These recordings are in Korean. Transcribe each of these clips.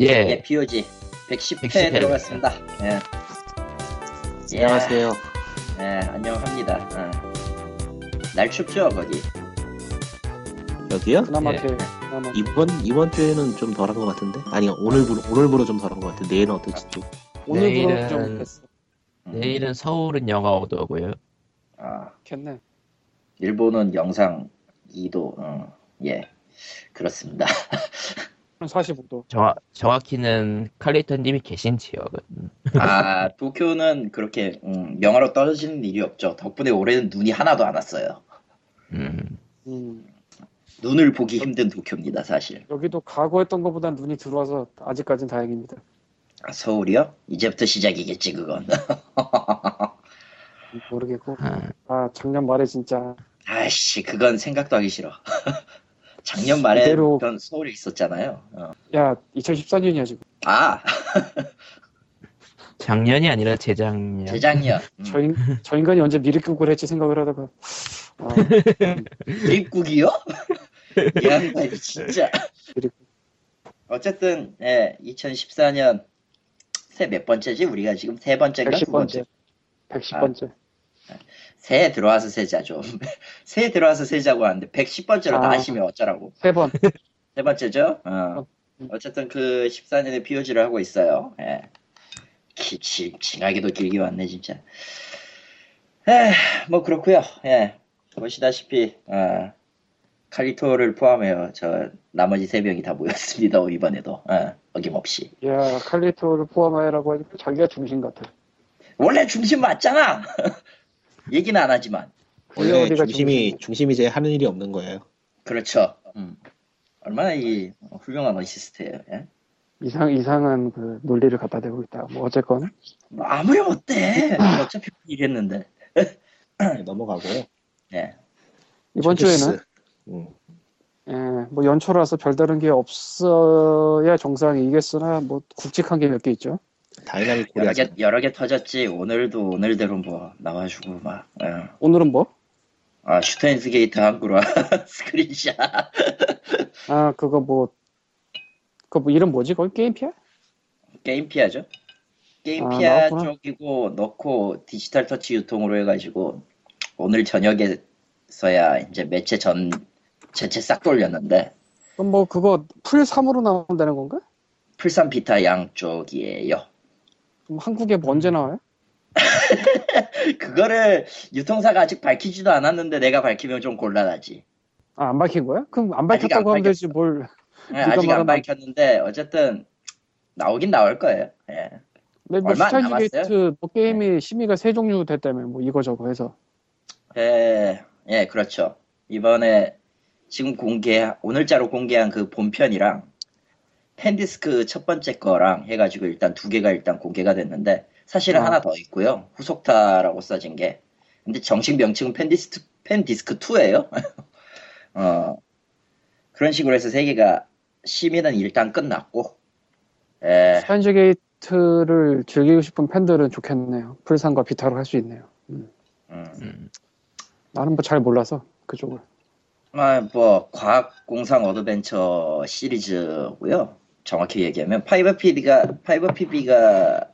예, 예, POG 110회 110회 들어갔습니다. 예. 예, 안녕하세요. 예, 안녕합니다. 어. 날 춥죠, 거기? 여기요? 예. 그나마케 그나마 이번 이번 주에는 좀 덜한 것 같은데. 아니 오늘부로 오늘부로 좀 덜한 것 같은데 내일은 어떨지 또. 내일은- 오늘부로 좀 됐어 음, 내일은 서울은 영하 5도고요. 아, 좋겠네 일본은 영상 2도, 어, 예. 그렇습니다. 한 45도 정확, 정확히는 칼리턴님이 계신 지역은 아, 도쿄는 그렇게 음, 영하로 떨어지는 일이 없죠. 덕분에 올해는 눈이 하나도 안 왔어요. 음, 음, 눈을 보기 힘든 도쿄입니다, 사실. 여기도 과거했던 것보다 눈이 들어와서 아직까진 다행입니다 아, 서울이요? 이제부터 시작이겠지, 그건. 모르겠고 아, 아 작년 말에 진짜 아이씨, 그건 생각도 하기 싫어. 작년 말에 이대로- 그런 서울에 있었잖아요. 어. 야 2014년이야 지금 아, 작년이 아니라 재작년. 재작년. 음. 저, 인, 저 인간이 언제 미리국을 했지 생각을 하다가 아 네, 입국이요? 이 양반이 진짜. 어쨌든 예, 2014년 새 몇 번째지? 우리가 지금 세 번째인가 두 번째? 아. 110번째 110번째 새해 들어와서 세자 좀. 새해 들어와서 세자고 하는데 110번째로 아. 나시면 어쩌라고? 세번 세 번째죠? 어. 어, 음. 어쨌든 그 14년의 POG를 하고 있어요. 예. 기, 지, 징하기도 길게 왔네 진짜. 에, 뭐 그렇고요. 예. 보시다시피 어, 칼리토를 포함해요. 저 나머지 세 명이 다 모였습니다. 이번에도 어, 어김없이. 야 칼리토를 포함하라고 하니까 자기가 중심 같아 원래 중심 맞잖아. 얘기는 안 하지만 원래 우리가 네, 중심이 중심이 이제 하는 일이 없는 거예요. 그렇죠. 음. 얼마나 이 훌륭한 어시스트예요. 예? 이상 이상한 그 논리를 갖다 대고 있다 뭐 어쨌건 뭐 아무렴 어때? 어차피 이랬는데. 네, 넘어가고요. 이번 쇼케이스. 주에는 음. 예, 뭐 연초라서 별다른 게 없어야 정상이겠으나 뭐 굵직한 게 몇 개 있죠. 다이나믹 여러 코리아. 개, 여러 개 터졌지. 오늘도 오늘대로 뭐 나와주고 막. 어. 오늘은 뭐? 아 슈타인스 게이트 한구라 스크린샷. 아 그거 뭐 그거 뭐 이름 뭐지? 거기 게임피야? 게임 피아죠. 게임 아, 피아 나왔구나. 쪽이고 넣고 디지털 터치 유통으로 해가지고 오늘 저녁에서야 이제 매체 전 제체 싹 돌렸는데 그럼 뭐 그거 풀 3으로 나온다는 건가? 풀산 비타 양쪽이에요. 그럼 한국에 뭐 음. 언제 나와요? 그거를 유통사가 아직 밝히지도 않았는데 내가 밝히면 좀 곤란하지. 아 안 밝힌 거야? 그럼 안 아직 안 밝혔다고 하면 되지 뭘? 예, 네가 아직 안 말한- 밝혔는데 어쨌든 나오긴 나올 거예요. 예. 근데 뭐 얼마 안 스타일 남았어요? 게이트 뭐 게임이 심의가 세 종류 됐다며 뭐 이거 저거 해서 예, 예, 그렇죠. 이번에 지금 공개, 오늘자로 공개한 그 본편이랑 팬디스크 첫 번째 거랑 해가지고 일단 두 개가 일단 공개가 됐는데 사실은 아. 하나 더 있고요. 후속타라고 써진 게. 근데 정식 명칭은 팬디스크, 팬디스크 2예요. 어, 그런 식으로 해서 세 개가 심의는 일단 끝났고, 예, 스타일 게이트를 즐기고 싶은 팬들은 좋겠네요. 풀상과 비타로 할 수 있네요. 음. 음, 나는 뭐 잘 몰라서 그쪽을. 아, 뭐 과학 공상 어드벤처 시리즈고요. 정확히 얘기하면 파이버 PB가 파이버 PB가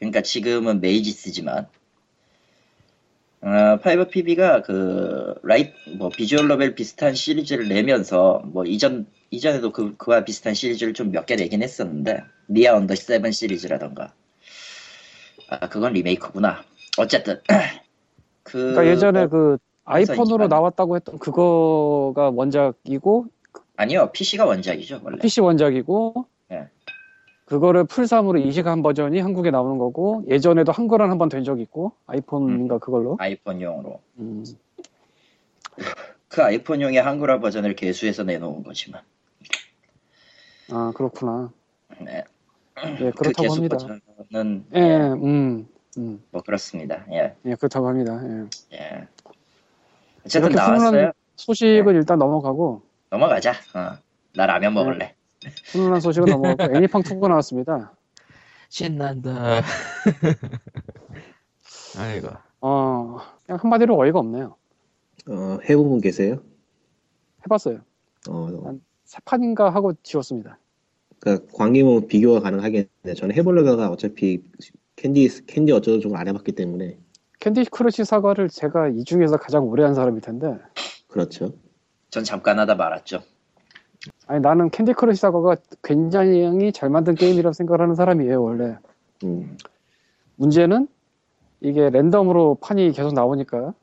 그러니까 지금은 메이지스지만 아, 파이버 PB가 그 라이 뭐 비주얼 노벨 비슷한 시리즈를 내면서 뭐 이전 이전에도 그 그와 비슷한 시리즈를 좀 몇 개 내긴 했었는데 니아 언더 세븐 시리즈라던가 아 그건 리메이크구나. 어쨌든 그 그러니까 예전에 인간. 그 아이폰으로 나왔다고 했던 그거가 원작이고 아니요 PC가 원작이죠 원래. PC 원작이고 예. 그거를 풀삼으로 이식한 버전이 한국에 나오는 거고 예전에도 한글한 한 번 된 적이 있고 음. 아이폰인가 그걸로 아이폰용으로 음. 그 아이폰용의 한글화 버전을 개수해서 내놓은 거지만 아 그렇구나 네. 예 그 그렇다고 개수 합니다 버전은 예 음. 음, 뭐 그렇습니다 예, 예, 그렇다고 합니다. 예. 예. 어쨌든 이렇게 나왔어요 네. 훈훈한 소식은 일단 넘어가고, 넘어가자 어. 나 네. 라면 먹을래 훈훈한 소식은 넘어가고, 애니팡 2가 나왔습니다. 신난다. 아이고, 어, 그냥 한마디로 어이가 없네요. 어, 해본 분 계세요? 해봤어요. 어, 세 판인가 하고 지웠습니다. 그러니까 광림은 비교가 가능하겠는데 저는 해보려다가 어차피 캔디 캔디 어쩌고 저쩌고 안 해봤기 때문에 캔디 크러쉬 사과를 제가 이 중에서 가장 오래 한 사람일 텐데 그렇죠. 전 잠깐 하다 말았죠. 아니 나는 캔디 크러쉬 사과가 굉장히 잘 만든 게임이라고 생각하는 사람이에요 원래 음, 문제는 이게 랜덤으로 판이 계속 나오니까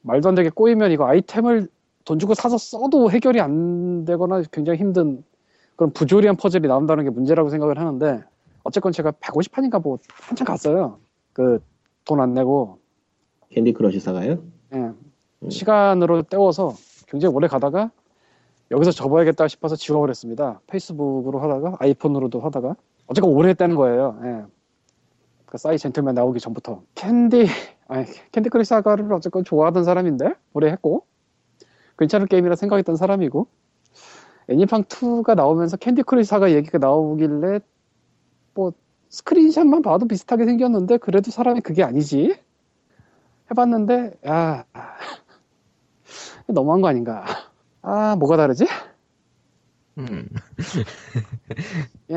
말도 안 되게 꼬이면 이거 아이템을 돈 주고 사서 써도 해결이 안 되거나 굉장히 힘든 그런 부조리한 퍼즐이 나온다는 게 문제라고 생각을 하는데 어쨌건 제가 150판인가 뭐 한참 갔어요 그 돈 안 내고 캔디 크러쉬 사가요? 예, 음. 시간으로 때워서 굉장히 오래 가다가 여기서 접어야겠다 싶어서 지워버렸습니다. 페이스북으로 하다가 아이폰으로도 하다가 어쨌건 오래 했다는 거예요. 예. 그 싸이 젠틀맨 나오기 전부터 캔디 아니 캔디 크리스 사가를 어쨌건 좋아하던 사람인데 오래 했고 괜찮은 게임이라 생각했던 사람이고 애니팡 2가 나오면서 캔디 크리스 사가 얘기가 나오길래 뭐 스크린샷만 봐도 비슷하게 생겼는데 그래도 사람이 그게 아니지 해봤는데 야 너무한 거 아닌가 아 뭐가 다르지 음. 예,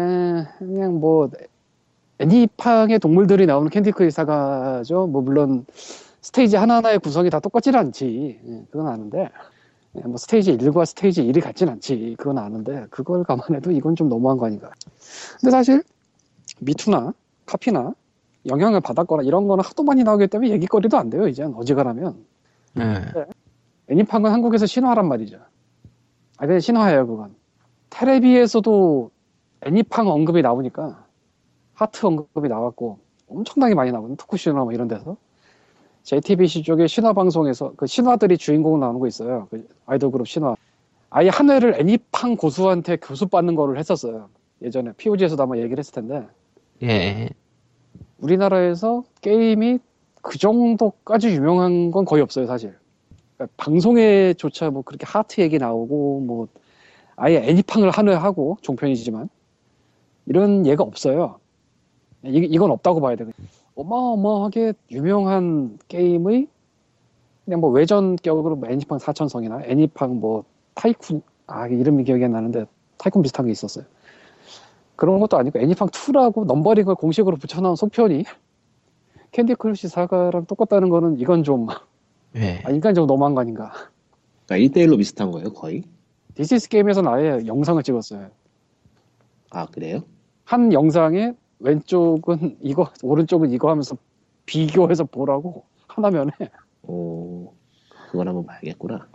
그냥 뭐 애니팡의 동물들이 나오는 캔디 크리 사가죠 뭐 물론 스테이지 하나하나의 구성이 다 똑같진 않지 예, 그건 아는데 예, 뭐 스테이지 1과 스테이지 1이 같진 않지 그건 아는데 그걸 감안해도 이건 좀 너무한 거 아닌가 근데 사실 미투나 카피나 영향을 받았거나 이런 거는 하도 많이 나오기 때문에 얘기거리도 안 돼요 이젠 어지간하면 음. 애니팡은 한국에서 신화란 말이죠. 아, 그냥 신화예요, 그건. 테레비에서도 애니팡 언급이 나오니까 하트 언급이 나왔고 엄청나게 많이 나오는 토쿠시나 뭐 이런 데서 JTBC 쪽에 신화 방송에서 그 신화들이 주인공으로 나오는 거 있어요. 그 아이돌 그룹 신화. 아예 한 회를 애니팡 고수한테 교수 받는 거를 했었어요. 예전에 POG에서도 아마 얘기를 했을 텐데 예. 우리나라에서 게임이 그 정도까지 유명한 건 거의 없어요, 사실. 그러니까 방송에조차 뭐 그렇게 하트 얘기 나오고 뭐 아예 애니팡을 한회 하고 종편이지만 이런 예가 없어요. 이, 이건 없다고 봐야 되거든요. 어마어마하게 유명한 게임의 그냥 뭐 외전격으로 뭐 애니팡 사천성이나 애니팡 뭐 타이쿤 아 이름이 기억이 안 나는데 타이쿤 비슷한 게 있었어요. 그런 것도 아니고 애니팡 2라고 넘버링을 공식으로 붙여놓은 속편이 캔디 크러쉬 사과랑 똑같다는 거는 이건 좀 예. 아, 인간 좀 너무한 거 아닌가. 그러니까 1대1로 비슷한 거예요, 거의? 디시스 게임에서는 아예 영상을 찍었어요. 아 그래요? 한 영상에 왼쪽은 이거, 오른쪽은 이거 하면서 비교해서 보라고 하나면에. 오, 그걸 한번 봐야겠구나.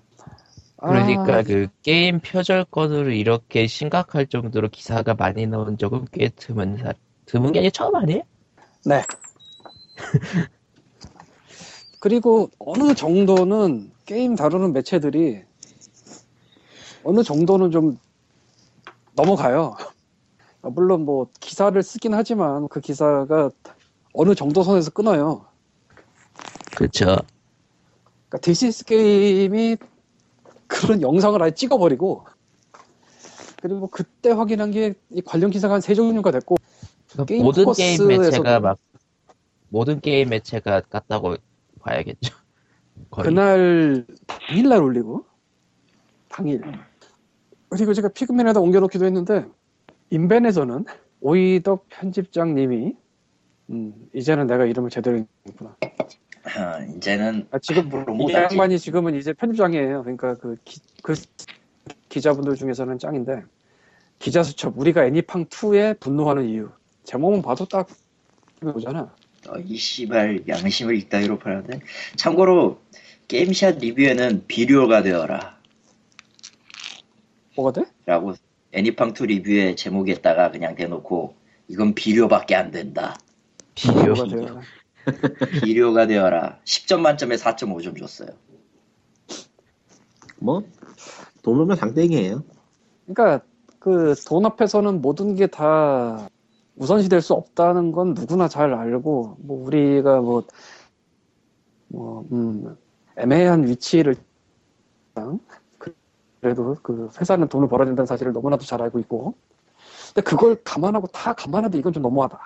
아, 그러니까 그 게임 표절권으로 이렇게 심각할 정도로 기사가 많이 나온 적은 꽤 드문 사 드문 게 아니라 처음 아니에요? 그리고 어느 정도는 게임 다루는 매체들이 어느 정도는 좀 넘어가요. 물론 뭐 기사를 쓰긴 하지만 그 기사가 어느 정도 선에서 끊어요. 그렇죠. 그러니까 디시스 게임이 그런 영상을 아예 찍어버리고 그리고 그때 확인한 게 이 관련 기사가 한 세 종류가 됐고 게임 모든 포커스에서도- 게임 매체가 막 모든 게임 매체가 같다고 봐야겠죠. 거의. 그날 당일날 올리고 당일 그리고 제가 피그맨에다 옮겨놓기도 했는데 인벤에서는 오이덕 편집장님이 음, 이제는 내가 이름을 제대로 읽구나 아, 이제는 아, 지금 함부로 이 못하지. 양반이 지금은 이제 편집장이에요. 그러니까 그, 기, 그 기자분들 중에서는 짱인데 기자 수첩 우리가 애니팡 2에 분노하는 이유 제목은 봐도 딱 보잖아. 어, 이 씨발 양심을 이따위로 팔아대. 참고로 게임샷 리뷰에는 비료가 되어라. 뭐가 돼? 라고 애니팡2 리뷰의 제목에다가 그냥 대놓고 이건 비료밖에 안 된다. 비교. 뭐가 돼요? 비료가 되어라. 10점 만점에 4.5점 줬어요. 뭐 돈으면 당땡이에요. 그러니까 그 돈 앞에서는 모든 게 다 우선시 될 수 없다는 건 누구나 잘 알고 뭐 우리가 뭐, 뭐 음, 애매한 위치를 그래도 그 회사는 돈을 벌어야 된다는 사실을 너무나도 잘 알고 있고 근데 그걸 감안하고 다 감안해도 이건 좀 너무하다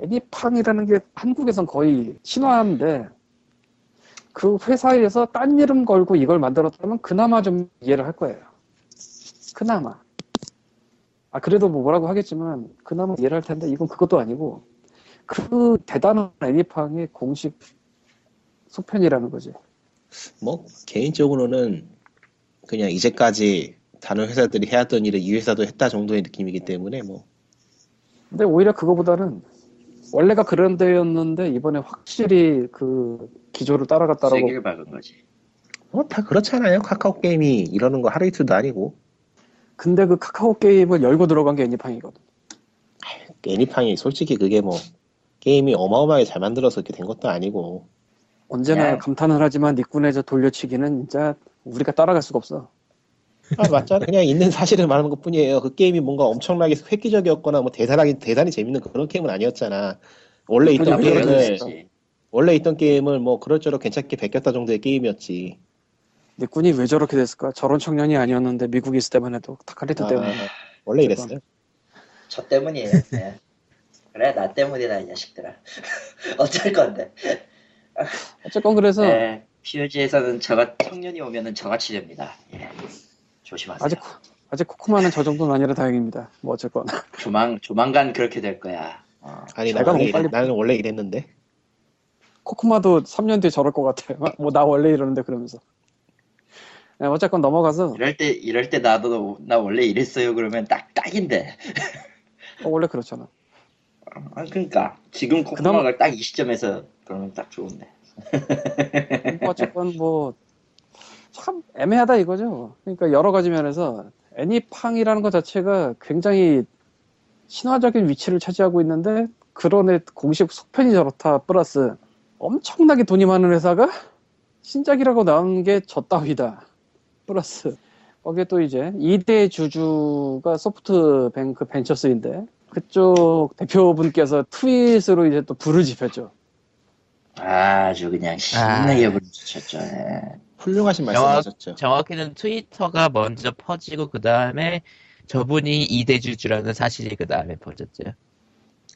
애니팡이라는 게 한국에선 거의 신화인데 그 회사에서 딴 이름 걸고 이걸 만들었다면 그나마 좀 이해를 할 거예요 그나마. 아 그래도 뭐 뭐라고 하겠지만 그나마 이해할 텐데 이건 그것도 아니고 그 대단한 애니팡의 공식 속편이라는 거지. 뭐 개인적으로는 그냥 이제까지 다른 회사들이 해왔던 일을 이 회사도 했다 정도의 느낌이기 때문에 뭐 근데 오히려 그거보다는 원래가 그런 데였는데 이번에 확실히 그 기조를 따라갔다라고 세기를 박은 거지. 뭐 다 그렇잖아요. 카카오 게임이 이러는 거 하루 이틀도 아니고 근데 그 카카오 게임을 열고 들어간 게 애니팡이거든 애니팡이 솔직히 그게 뭐 게임이 어마어마하게 잘 만들어서 이렇게 된 것도 아니고 언제나 야. 감탄을 하지만 니꾼의 저 돌려치기는 진짜 우리가 따라갈 수가 없어 아 맞잖아 그냥 있는 사실을 말하는 것 뿐이에요 그 게임이 뭔가 엄청나게 획기적이었거나 뭐 대단하게 대단히 재밌는 그런 게임은 아니었잖아 원래 있던 그러니까 그렇죠. 그런 그래도 게임을 진짜. 거지. 원래 있던 게임을 뭐 그럴저럴 괜찮게 베꼈다 정도의 게임이었지 니꾼이 왜 저렇게 됐을까 저런 청년이 아니었는데 미국에 있을 때만 해도 타카리트 아, 그 때문에 원래 이랬어요 저 때문이에요. 예. 그래 나 때문이다 이 자식들아. 어쩔 건데. 어쨌건 그래서 예, POG에서는 저가 청년이 오면은 저같이 됩니다. 예. 조심하세요. 아직 코- 아직 코코마는 저 정도는 아니라 다행입니다 뭐 어쨌건 조만 조만간 그렇게 될 거야. 어. 아니 내가 나는 원래, 너무 빨리- 이랬- 나는 원래 이랬는데 코코마도 3년 뒤에 저럴 것 같아 뭐 나 원래 이러는데 그러면서 네, 어쨌건 넘어가서 이럴 때 이럴 때 나도 나 원래 이랬어요 그러면 딱 딱인데. 어, 원래 그렇잖아 아, 그러니까 지금 그나마- 코코마가 딱 이 시점에서 그러면 딱 좋은데. 뭐 어쨌건 뭐 참 애매하다 이거죠. 그러니까 여러 가지 면에서 애니팡이라는 것 자체가 굉장히 신화적인 위치를 차지하고 있는데 그런 애 공식 속편이 저렇다 플러스 엄청나게 돈이 많은 회사가 신작이라고 나온 게 저 따위다 플러스 거기에 또 이제 2대 주주가 소프트뱅크 벤처스인데 그쪽 대표분께서 트윗으로 이제 또 불을 지폈죠. 아주 그냥 신나게 부르셨죠. 예. 훌륭하신 영화- 말씀하셨죠 정확히는 트위터가 먼저 퍼지고 그 다음에 저분이 이대주주라는 사실이 그 다음에 퍼졌죠.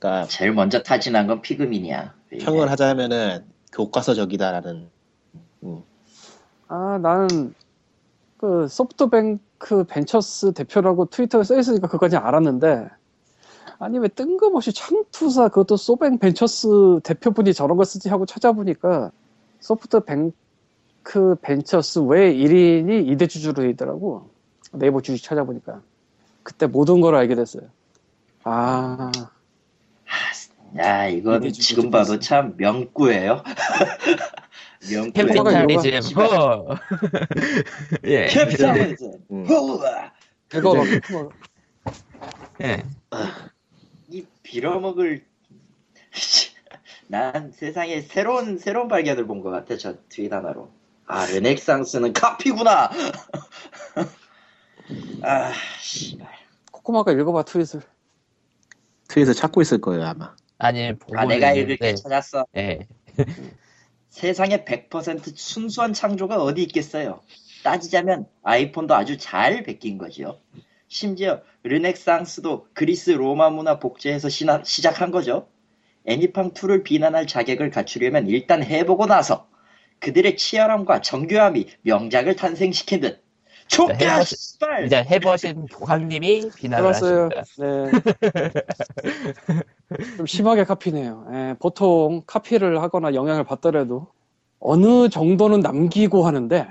그러니까 제일 먼저 타진한 건 피그민이야. 예. 평을 하자면은 교과서적이다라는 음, 아, 나는 그 소프트뱅크 벤처스 대표라고 트위터에 써 있으니까 그까지 알았는데 아니 왜 뜬금없이 창투사 그것도 소뱅 벤처스 대표분이 저런 거 쓰지 하고 찾아보니까 소프트뱅크 벤처스 외 1인이 이대주주로 돼 있더라고 네이버 주식 찾아보니까 그때 모든 걸 알게 됐어요 아 야 이건 이게 진짜 지금 봐도 좋았어. 참 명구예요. 명구예요. 캡콤과 캐피탈리즘. 호. 예. 캡사이즈. 음. 후아. 이거 막 뭐, 예. 이 빌어먹을 난 세상에 새로운 새로운 발견을 본 것 같아 저 트윗 하나로 아 르넥상스는 카피구나 아 씨발 코코마가 읽어봐 트윗을 트윗을 찾고 있을 거예요 아마 아니 보고 아 내가 읽을 있는데, 네. 게 찾았어 예. 세상에 100% 순수한 창조가 어디 있겠어요 따지자면 아이폰도 아주 잘 베낀 거지요 심지어 르넥상스도 그리스 로마 문화 복제해서 시나- 시작한 거죠. 애니팡2를 비난할 자격을 갖추려면 일단 해보고 나서 그들의 치열함과 정교함이 명작을 탄생시킨 듯 네, 족가 해봤- 씨발 이제 해보신 보감님이 비난을 해봤어요. 하십니다. 네. 좀 심하게 카피네요. 예, 보통 카피를 하거나 영향을 받더라도 어느 정도는 남기고 하는데.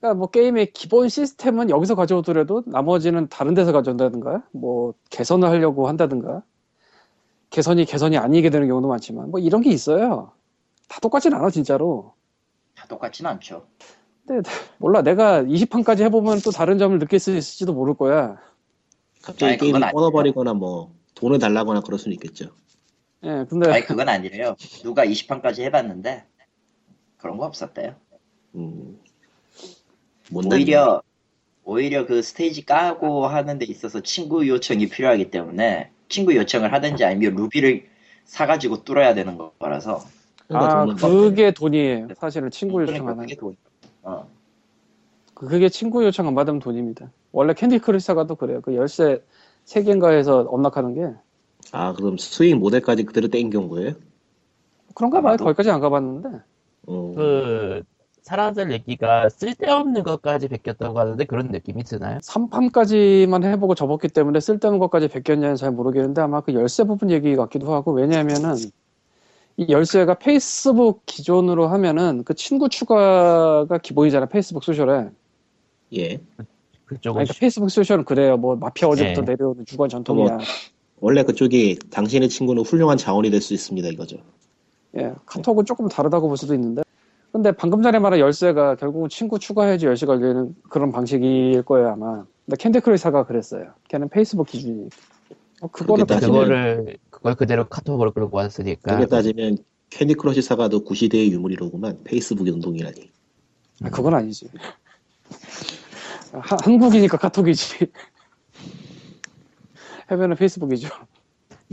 그러니까 뭐 게임의 기본 시스템은 여기서 가져오더라도 나머지는 다른 데서 가져온다든가, 뭐 개선을 하려고 한다든가, 개선이 개선이 아니게 되는 경우도 많지만 뭐 이런 게 있어요. 다 똑같진 않아 진짜로. 다 똑같진 않죠. 몰라 내가 20판까지 해보면 또 다른 점을 느낄 수 있을지도 모를 거야. 갑자기 아니, 그건 게임을 아니에요. 끊어버리거나 뭐 돈을 달라거나 그럴 수는 있겠죠 예, 근데 아니 그건 아니래요. 누가 20판까지 해봤는데 그런 거 없었대요. 음. 못 났네. 오히려 오히려 그 스테이지 까고 하는 데 있어서 친구 요청이 필요하기 때문에 친구 요청을 하든지 아니면 루비를 사가지고 뚫어야 되는 거라서 아, 그러니까 저는 그게 돈이에요. 사실은 친구 요청 안 하는. 그러니까 그게 돈. 어. 그게 친구 요청 안 받으면 돈입니다. 원래 캔디 크리스가도 그래요. 그 열쇠 세 개인가에서 언락하는 게 아 그럼 수익 모델까지 그대로 땡겨온 거예요? 아, 그런가 봐요. 아마도. 거기까지 안 가봤는데 어. 그 사람들 얘기가 쓸데없는 것까지 베꼈다고 하는데 그런 느낌이 드나요? 3판까지만 해보고 접었기 때문에 쓸데없는 것까지 베꼈냐는 잘 모르겠는데 아마 그 열쇠 부분 얘기 같기도 하고 왜냐면은 이 열쇠가 페이스북 기존으로 하면은 그 친구 추가가 기본이잖아 페이스북 소셜에 예. 그쪽은 아니, 그러니까 페이스북 소셜은 그래요 뭐 마피아 어제부터 네. 내려오는 주관 전통이야 원래 그쪽이 당신의 친구는 훌륭한 자원이 될 수 있습니다 이거죠. 예, 카톡은 조금 다르다고 볼 수도 있는데. 근데 방금 전에 말한 열쇠가 결국은 친구 추가해야지 열쇠 걸리는 그런 방식일 거예요, 아마. 근데 캔디 크루사가 그랬어요. 걔는 페이스북 기준이. 어, 그거를 그렇게 따지면- 그거를 그걸 그대로 카톡으로 끌고 왔으니까 그렇게 따지면 캔디 크러쉬 사가도 구시대의 유물이로구만 페이스북의 운동이라니. 아, 그건 아니지. 하- 한국이니까 카톡이지. 해변은 페이스북이죠.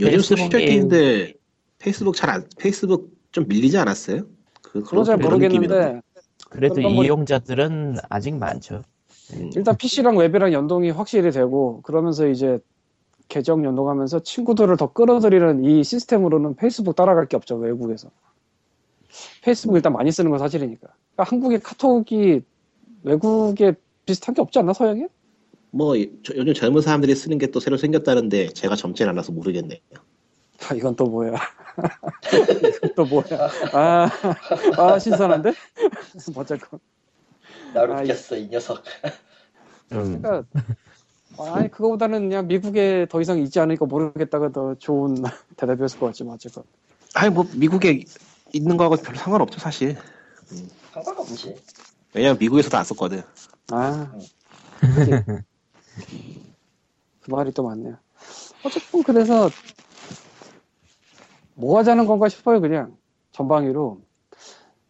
요즘 페이스북이- 소셜 게임인데 페이스북 잘 안, 페이스북 좀 밀리지 않았어요? 그, 그건 잘 그런 느낌이던데. 모르겠는데 그래도 그런 건 뭐- 이용자들은 아직 많죠. 음. 일단 PC랑 웹이랑 연동이 확실히 되고 그러면서 이제 계정 연동하면서 친구들을 더 끌어들이는 이 시스템으로는 페이스북 따라갈 게 없죠 외국에서 페이스북 일단 많이 쓰는 건 사실이니까 그러니까 한국의 카톡이 외국에 비슷한 게 없지 않나 서양에? 뭐 이- 저- 요즘 젊은 사람들이 쓰는 게 또 새로 생겼다는데 제가 젊진 않아서 모르겠네요. 아 이건 또 뭐야 이건 또 뭐야 아, 아 신선한데? 어쨌건 나를 아, 웃겼어 이 녀석. 음, 그러니까 아니 그거보다는 그냥 미국에 더 이상 있지 않으니까 모르겠다가 더 좋은 대답이었을 것 같지만 어쨌건 아니 뭐 미국에 있는 거하고 별로 상관없죠 사실. 상관없지. 왜냐면 미국에서도 안 썼거든. 아. 네. 그치. 그 말이 또 맞네요. 어쨌든 그래서 뭐 하자는 건가 싶어요, 그냥. 전방위로.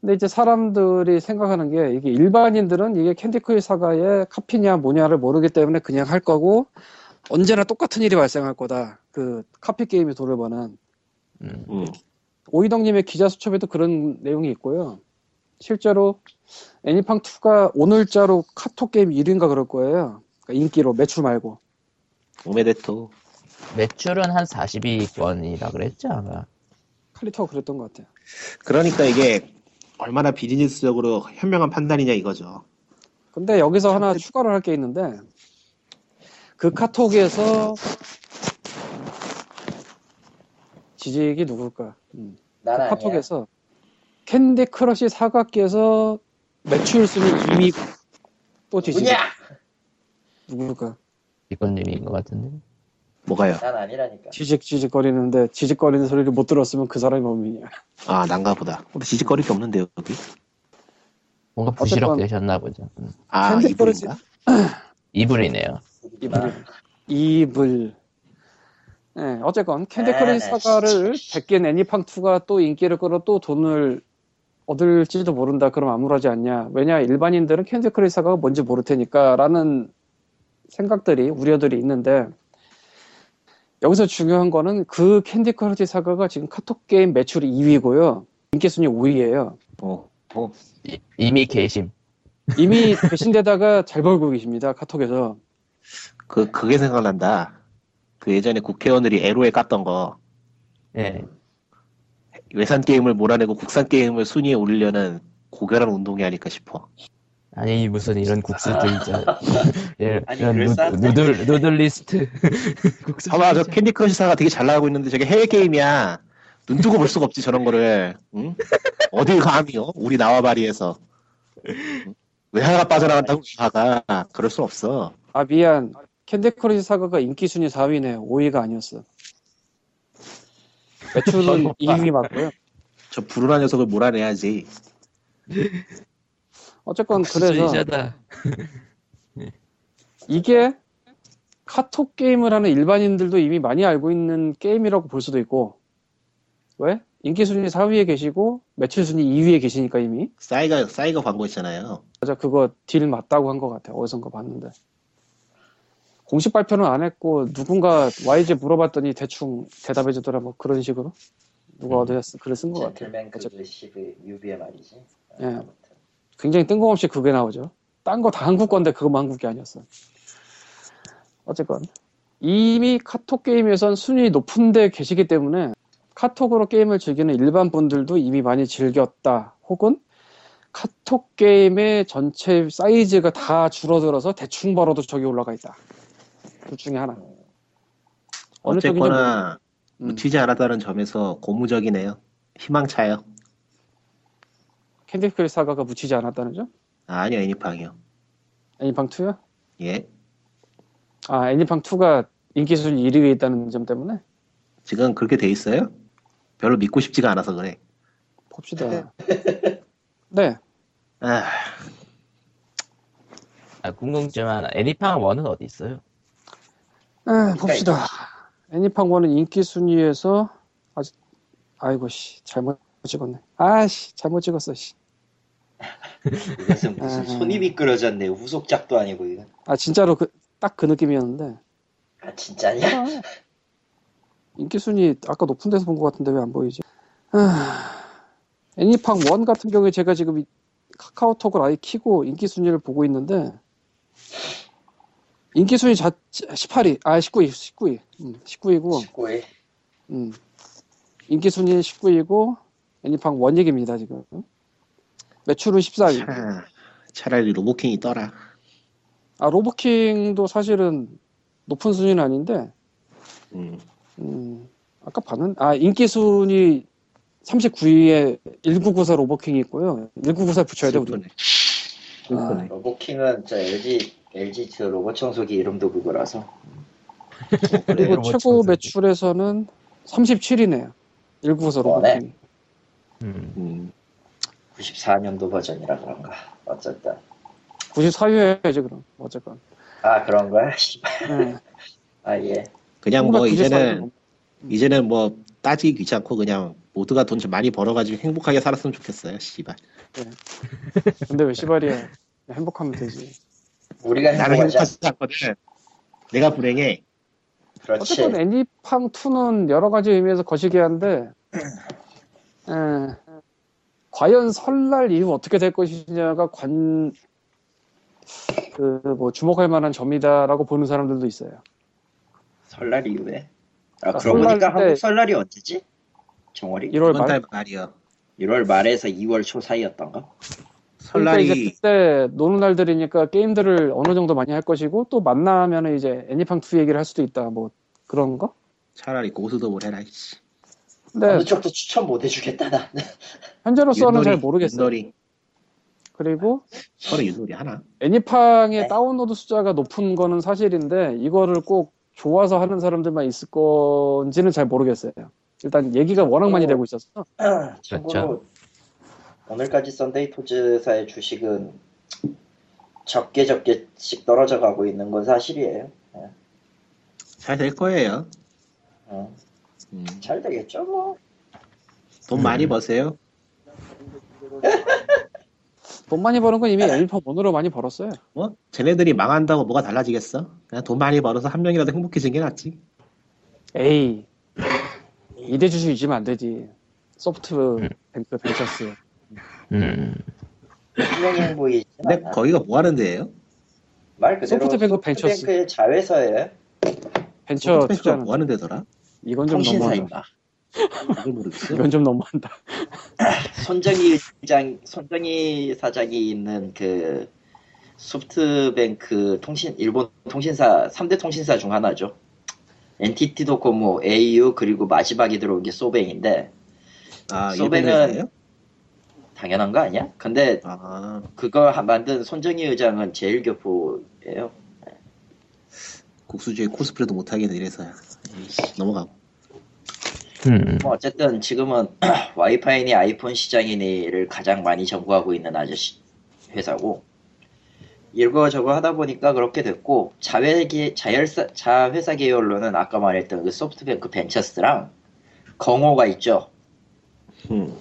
근데 이제 사람들이 생각하는 게 이게 일반인들은 이게 캔디 크리 사과의 카피냐 뭐냐를 모르기 때문에 그냥 할 거고 언제나 똑같은 일이 발생할 거다. 그 카피 게임이 돌을 버는 음. 음. 오이덕님의 기자 수첩에도 그런 내용이 있고요. 실제로 애니팡 2가 오늘자로 카톡 게임 1위인가 그럴 거예요. 그러니까 인기로 매출 말고. 오메데토. 매출은 한 42건이라 그랬죠 아마. 칼리터가 그랬던 것 같아요. 그러니까 이게 얼마나 비즈니스적으로 현명한 판단이냐 이거죠. 근데 여기서 하나 추가를 할 게 있는데 그 카톡에서 지직이 누굴까? 음. 난 아니야. 카톡에서 캔디 크러쉬 사각기에서 매출 순위 2위 또 지직 누구냐? 누굴까? 이건님인 것 같은데. 뭐가요? 난 아니라니까. 지직지직 거리는데 지직거리는 소리를 못 들었으면 그 사람이 범인이야. 아 난가 보다. 근데 지직거릴 게 없는데요 여기. 뭔가 어쨌건- 부시럭 되셨나 보죠. 음. 아 캔디 이분인가? 이불이네요. 이분. 이불. 네, 어쨌건 캔디 네, 크러쉬 네. 사과를 베낀 애니팡 2가 또 인기를 끌어 또 돈을 얻을지도 모른다. 그럼 암울하지 않냐? 왜냐 일반인들은 캔디 크러쉬 사과가 뭔지 모를 테니까라는 생각들이 우려들이 있는데 여기서 중요한 거는 그 캔디 크러쉬 사과가 지금 카톡 게임 매출이 2위고요. 인기 순위 5위예요. 어. 어. 이- 이미 게심. 이미 계신데다가 잘 벌고 계십니다 카톡에서 그 그게 생각난다. 그 예전에 국회의원들이 에로에 깠던 거 예. 외산 게임을 몰아내고 국산 게임을 순위에 올리려는 고결한 운동이 아닐까 싶어. 아니 무슨 이런 국수주의자. 예, 아니, 이런 그럴싸한데. 누, 누들 누들리스트. 국수. 봐봐 저 캔디 크러쉬 사가 되게 잘 나가고 있는데 저게 해외 게임이야. 눈 뜨고 볼 수가 없지 저런 거를. 응? 어딜 감이요? 우리 나와바리에서. 응? 외화가 빠져나간다고 외화가 그럴 순 없어. 아 미안 캔디 크러쉬 사과가 인기 순위 4위네 5위가 아니었어 매출은 2위 맞고요 저 불운한 녀석을 몰아내야지. 어쨌건 그래서 국수주의자다. 이게 카톡 게임을 하는 일반인들도 이미 많이 알고 있는 게임이라고 볼 수도 있고 왜? 인기 순위 4위에 계시고 매출 순위 2위에 계시니까 이미 싸이가 싸이가 광고했잖아요. 맞아 그거 딜 맞다고 한 것 같아 어디선가 봤는데 공식 발표는 안 했고 누군가 YG 물어봤더니 대충 대답해주더라 뭐 그런 식으로 누가 어디 했 글을 쓴 것 같아 젠틀맨 그리시브 뮤비의 말이지. 예. 아무튼. 굉장히 뜬금없이 그게 나오죠 딴 거 다 한국 건데 그것만 한국 게 아니었어 어쨌건 이미 카톡 게임에선 순위 높은데 계시기 때문에 카톡으로 게임을 즐기는 일반 분들도 이미 많이 즐겼다 혹은 카톡 게임의 전체 사이즈가 다 줄어들어서 대충 벌어도 저기 올라가 있다. 둘 중에 하나. 어느 쪽인지 어쨌거나 음. 놓치지 않았다는 점에서 고무적이네요. 희망차요. 캔디 크리 사가가 묻히지 않았다는 점? 아, 아니요, 애니팡이요. 애니팡 2요? 예. 아 애니팡 2가 인기 순위 1위에 있다는 점 때문에 지금 그렇게 돼 있어요? 별로 믿고 싶지가 않아서 그래. 봅시다. 네, 아, 아, 궁금증 하나. 애니팡 1은 어디 있어요? 에, 봅시다. 애니팡 1은 인기 순위에서 아직 아이고 씨 잘못 찍었네. 아씨 잘못 찍었어 씨. 이것은 무슨 손이 미끄러졌네 후속작도 아니고 이거 아 진짜로 그 딱 그 느낌이었는데 아 진짜냐? 아, 인기 순위 아까 높은 데서 본 것 같은데 왜 안 보이지? 아, 애니팡 1 같은 경우에 제가 지금 이 카카오톡을 아예 키고 인기 순위를 보고 있는데 인기 순위 자 18위 아 19위 19위 음, 19위고 19회 음. 인기 순위 19위고 애니팡 1 얘기입니다 지금 매출은 14위 차, 차라리 로보킹이 떠라. 아 로보킹도 사실은 높은 순위는 아닌데 음. 음, 아까 봤는 아 인기 순위 39위에 1994 로버킹이 있고요. 1994 붙여야 아. 돼 우리. 슬프네. 슬프네. 로보킹은 저 LG LG 저 로봇 청소기 이름도 그거라서 그래. 그리고 최고 매출에서는 37위네요. 1994 어, 네. 로버킹. 음. 음. 94년도 버전이라 그런가 어쨌든 94위에지 그럼 어쨌건. 아 그런 거야? 씨발. 네. 아예 그냥 뭐 94 이제는 는 음. 이제는 뭐 따지기 귀찮고 그냥 모두가 돈 좀 많이 벌어가지고 행복하게 살았으면 좋겠어요. 씨발. 근데 왜 시발이야? 행복하면 되지. 우리가 네, 나는 행복하지 않... 행복하지 않거든. 내가 불행해. 그렇지 어쨌건 E 애니팡 2는 여러 가지 의미에서 거시기한데, 에, 과연 설날 이후 어떻게 될 것이냐가 관, 그, 뭐, 주목할 만한 점이다라고 보는 사람들도 있어요. 설날 이후에 아 아, 그러고 설날 보니까 때- 한국 설날이 언제지? 정월이? 1월, 1월 이번 말. 달 말이요. 말에서 2월 초 사이였던가? 그러니까 설날이 이제 그때 노는 날들이니까 게임들을 어느 정도 많이 할 것이고, 또 만나면은 이제 E 애니팡 2 얘기를 할 수도 있다, 뭐, 그런 거? 차라리 고스톱을 해라. 씨. 근데 어느 쪽도 추천 못 해주겠다 나 현재로서는 아, 그렇죠. 잘 윷놀이, 모르겠어요. 윷놀이. 그리고 서로 윷놀이 하나. 애니팡의 네. 다운로드 숫자가 높은 거는 사실인데 이거를 꼭 좋아서 하는 사람들만 있을 건지는 잘 모르겠어요. 일단 얘기가 워낙 많이 어. 되고 있어서 아, 참고로 오늘까지 썬데이 토즈사의 주식은 적게 적게씩 떨어져 가고 있는 건 사실이에요. 잘 될 거예요. 어, 음. 잘 되겠죠 뭐. 돈 음. 많이 버세요. 돈 많이 버는 건 이미 애니팡 원으로 많이 벌었어요. 뭐 쟤네들이 망한다고 뭐가 달라지겠어? 그냥 돈 많이 벌어서 한 명이라도 행복해진 게 낫지. 에이 이대 주식 잊으면 안 되지. 소프트 뱅크 벤처스 음. 분명히 행복이 근데 거기가 뭐 하는 데예요? 말 그대로 네. 소프트뱅크 벤처스. 소프트뱅크의 자회사예요. 벤처 소프트뱅크가 투자는 뭐 하는 데더라? 이건 좀 너무한다. 통신사입니다. 그걸 모르겠어. 이건 좀 너무한다. 손정희 장 손정희 사장이 있는 그 소프트뱅크 통신 일본 통신사 3대 통신사 중 하나죠. NTT 도코모, au 그리고 마지막에 들어온 게 소뱅인데 아, 그렇죠. 소뱅은- 일본 회사예요? 당연한 거 아니야? 근데 아, 그걸 하- 만든 손정희 의장은 제일 교포예요. 국수주의 코스프레도 못하게 이래서야. 에이씨, 넘어가고. 음. 뭐 어쨌든 지금은 와이파이니 아이폰 시장이니를 가장 많이 점거하고 있는 아저씨 회사고 이거 저거 하다 보니까 그렇게 됐고 자회계 자열사 자회사 계열로는 아까 말했던 그 소프트뱅크 벤처스랑 경호가 있죠 음.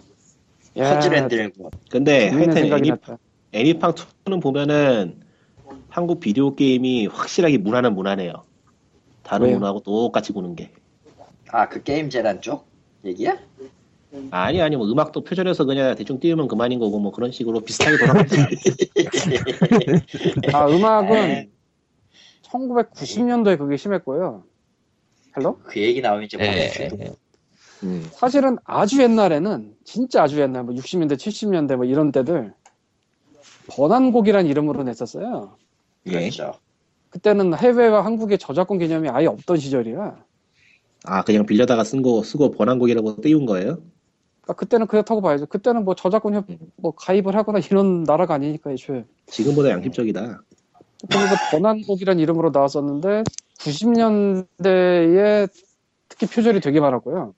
예. 터즈랜드래곤 근데 아, 재밌는 하여튼 생각이 애니, 났다. 애니팡 2는 보면은 한국 비디오 게임이 확실하게 문화는 문화네요. 다른 왜요? 문화하고 똑같이 보는 게. 아그 게임 재단 쪽 얘기야? 아니 아니 뭐 음악도 표절해서 그냥 대충 띄우면 그만인 거고 뭐 그런 식으로 비슷하게 돌아가지 않아요. 예. 아 에이, 음악은 1990년도에 그게 심했고요. 헬로? 그 얘기 나오면 이제 예. 모르겠어요. 예. 음. 사실은 아주 옛날에는 진짜 아주 옛날 뭐 60년대 70년대 뭐 이런 때들 번안곡이란 이름으로 냈었어요. 예. 그렇죠. 그때는 해외와 한국의 저작권 개념이 아예 없던 시절이라 그러니까 아 그냥 빌려다가 쓴 거 쓰고 번안곡이라고 띄운 거예요? 그때는 그렇다고 봐야죠. 그때는 뭐 저작권 협, 뭐 가입을 하거나 이런 나라가 아니니까 애초에 지금보다 양심적이다. 그래서 번안곡이란 이름으로 나왔었는데 90년대에 특히 표절이 되게 많았고요.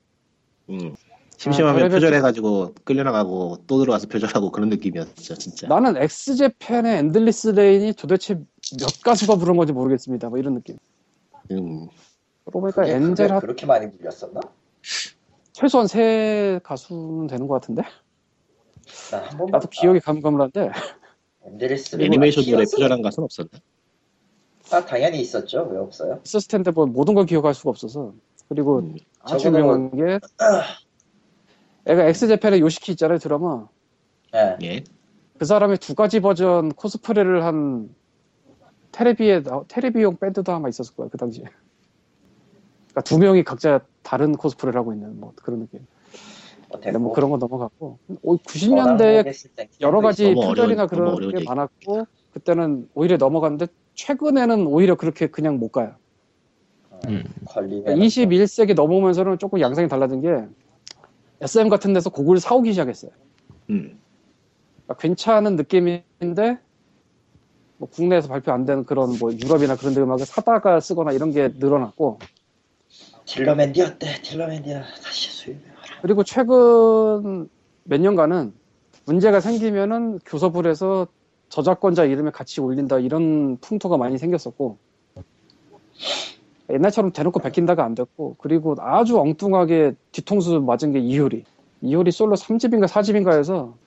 음. 심심하면 별의별 표절해가지고 끌려나가고 또 들어와서 표절하고 그런 느낌이었죠 진짜. 나는 엑스제팬의 엔들리스 레인이 도대체 몇 가수가 부른 건지 모르겠습니다. 뭐 이런 느낌. 음. 그러고 보니까 그게- 엔젤 그게 하 그렇게 많이 불렸었나? 최소한 세 가수는 되는 것 같은데 나한 번만 나도 기억이 가물가물한데 엔드리스 애니메이션 노래 표절한 가수는 없었나? 아 당연히 있었죠. 왜 없어요? 있었을 텐데 뭐 모든 걸 기억할 수가 없어서 그리고 음. 아주 적어도- 유명한 게 애가 엑스제팬의 요시키 있잖아요 드라마 예. 예. 그 사람이 두 가지 버전 코스프레를 한 테레비에 나- 테레비용 밴드도 아마 있었을 거야 그 당시에 그러니까 두 명이 각자 다른 코스프레를 하고 있는 뭐 그런 느낌 뭐 근데 됐고. 뭐 그런 건 넘어갔고 워낙 90년대에 했을 때 여러 가지 너무 표절이나 어려운- 너무 그런 어려운 게 얘기다. 많았고 그때는 오히려 넘어갔는데 최근에는 오히려 그렇게 그냥 못 가요. 음. 어, 네, 그러니까 걸리면 21세기 넘어오면서는 조금 양상이 달라진 게 SM 같은 데서 곡을 사오기 시작했어요. 음. 그러니까 괜찮은 느낌인데 뭐 국내에서 발표 안 되는 그런 뭐 유럽이나 그런 데 음악을 사다가 쓰거나 이런 게 늘어났고 딜러맨디 어때? 딜러맨디야 다시 수입해라. 그리고 최근 몇 년간은 문제가 생기면은 교섭을 해서 저작권자 이름을 같이 올린다 이런 풍토가 많이 생겼었고 옛날처럼 대놓고 베낀다가 안 됐고 그리고 아주 엉뚱하게 뒤통수 맞은 게 이효리 이효리 솔로 3집인가 4집인가 해서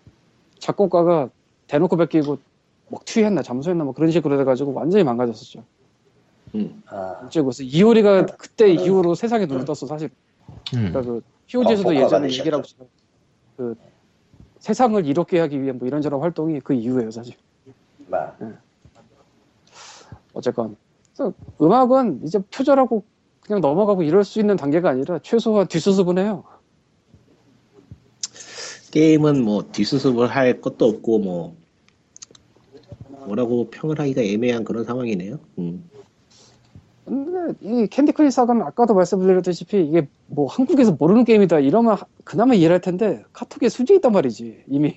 작곡가가 대놓고 베끼고 막 튀했나 잠수했나 뭐 그런 식으로 돼가지고 완전히 망가졌었죠 음. 아 그래서 이효리가 그때 이후로 세상에 눈을 떴어 사실 음. 그러니까 그 POG에서도 광폭화가 예전에 되셨죠. 얘기라고 그 세상을 이롭게 하기 위한 뭐 이런저런 활동이 그 이후예요 사실 마. 어쨌건 그래서 음악은 이제 표절하고 그냥 넘어가고 이럴 수 있는 단계가 아니라 최소한 뒷수습은 해요 게임은 뭐 뒷수습을 할 것도 없고 뭐 뭐라고 평을 하기가 애매한 그런 상황이네요. 음. 근데 이 캔디 클리 사가는 아까도 말씀드렸듯이 이게 뭐 한국에서 모르는 게임이다 이러면 하- 그나마 이해할 를 텐데 카톡에 수지 있단 말이지 이미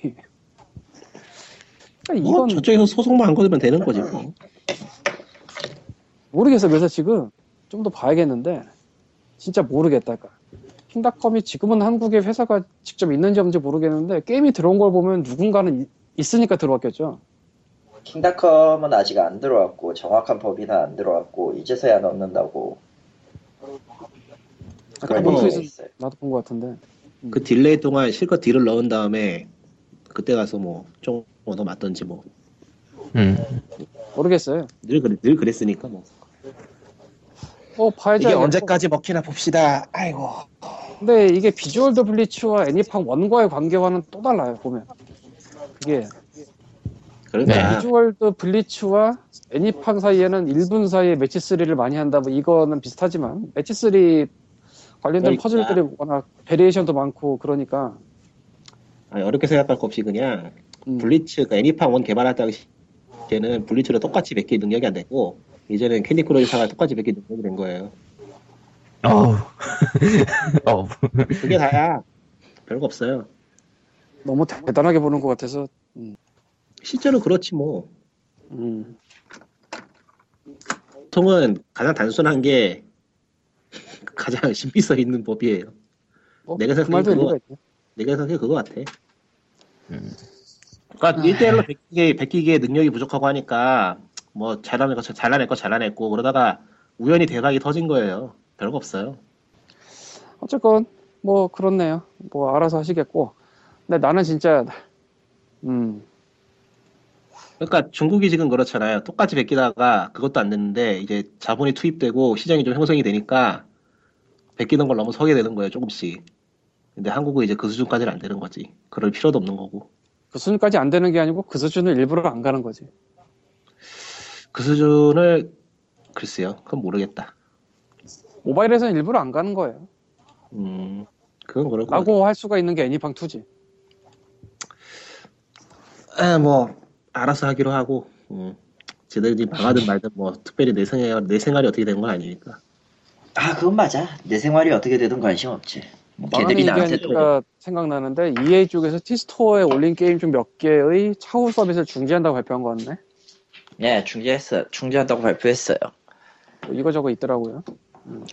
그러니까 뭐 이건 저쪽에서 소송만 안 걸면 되는 거지 뭐. 모르겠어. 그래서 지금 좀 더 봐야겠는데 진짜 모르겠다. 그러니까 킹닷컴이 지금은 한국에 회사가 직접 있는지 없는지 모르겠는데 게임이 들어온 걸 보면 누군가는 이- 있으니까 들어왔겠죠. 킹닷컴은 아직 안 들어왔고 정확한 법이나 안 들어왔고 이제서야 넣는다고 아까 그런 뭐- 방송에서 얘기가 있어요. 나도 본 것 같은데 그 딜레이 동안 실컷 딜을 넣은 다음에 그때 가서 뭐좀 얻어 맞던지 뭐 늘 음. 모르겠어요. 그늘 그랬으니까 뭐. 어 봐야지. 이게 알겠고. 언제까지 먹히나 봅시다. 아이고. 근데 이게 비주얼 더 블리츠와 애니팡 원과의 관계와는 또 달라요 보면. 그게 그러니까 비주얼 더 블리츠와 애니팡 사이에는 1분 사이에 매치 3를 많이 한다. 뭐 이거는 비슷하지만 매치 3 관련된 그러니까. 퍼즐들이 워낙 베리에이션도 많고 그러니까 아니, 어렵게 생각할 거 없이 그냥 음. 블리츠 그 애니팡 원 개발할 당시에는 블리츠로 똑같이 맺기 능력이 안 됐고 이제는 캔디 크로이사가 똑같이 맺기 능력이 된 거예요. 어우. 어우. 그게 다야. 별거 없어요. 너무 대단하게 보는 것 같아서 실제로 그렇지 뭐. 음. 보통은 가장 단순한 게 가장 신비 써 있는 법이에요. 뭐, 내가 그 말도 생각하기엔 있는 그거 거 있네. 내가 생각해 그거 같아. 음. 그러니까 1대1로 베끼게, 베끼기에 능력이 부족하고 하니까 뭐 잘라낼 거 잘라냈고 잘라냈고 그러다가 우연히 대박이 터진 거예요. 별거 없어요. 어쨌건 뭐 그렇네요. 뭐 알아서 하시겠고. 근데 나는 진짜 음 그러니까 중국이 지금 그렇잖아요. 똑같이 베끼다가 그것도 안 됐는데 이제 자본이 투입되고 시장이 좀 형성이 되니까 베끼는 걸 너무 서게 되는 거예요. 조금씩. 근데 한국은 이제 그 수준까지는 안 되는 거지. 그럴 필요도 없는 거고. 그 수준까지 안 되는 게 아니고 그 수준을 일부러 안 가는 거지. 그 수준을 글쎄요. 그건 모르겠다. 모바일에서는 일부러 안 가는 거예요. 음, 그건 그럴 거 라고 할 수가 있는 게 애니팡 2지. 아, 뭐 알아서 하기로 하고 음, 쟤들이 망하든 말든 뭐 특별히 내 생활 내 생활이 어떻게 된 건 아니니까 아 그건 맞아 내 생활이 어떻게 되든 관심 없지 뭐 걔들이 망하는 나한테 또 얘기하니까 생각나는데 EA 쪽에서 티스토어에 올린 게임 중 몇 개의 차후 서비스를 중지한다고 발표한 거 같네. 예, 중지했어요. 중지한다고 발표했어요. 뭐 이거저거 있더라고요.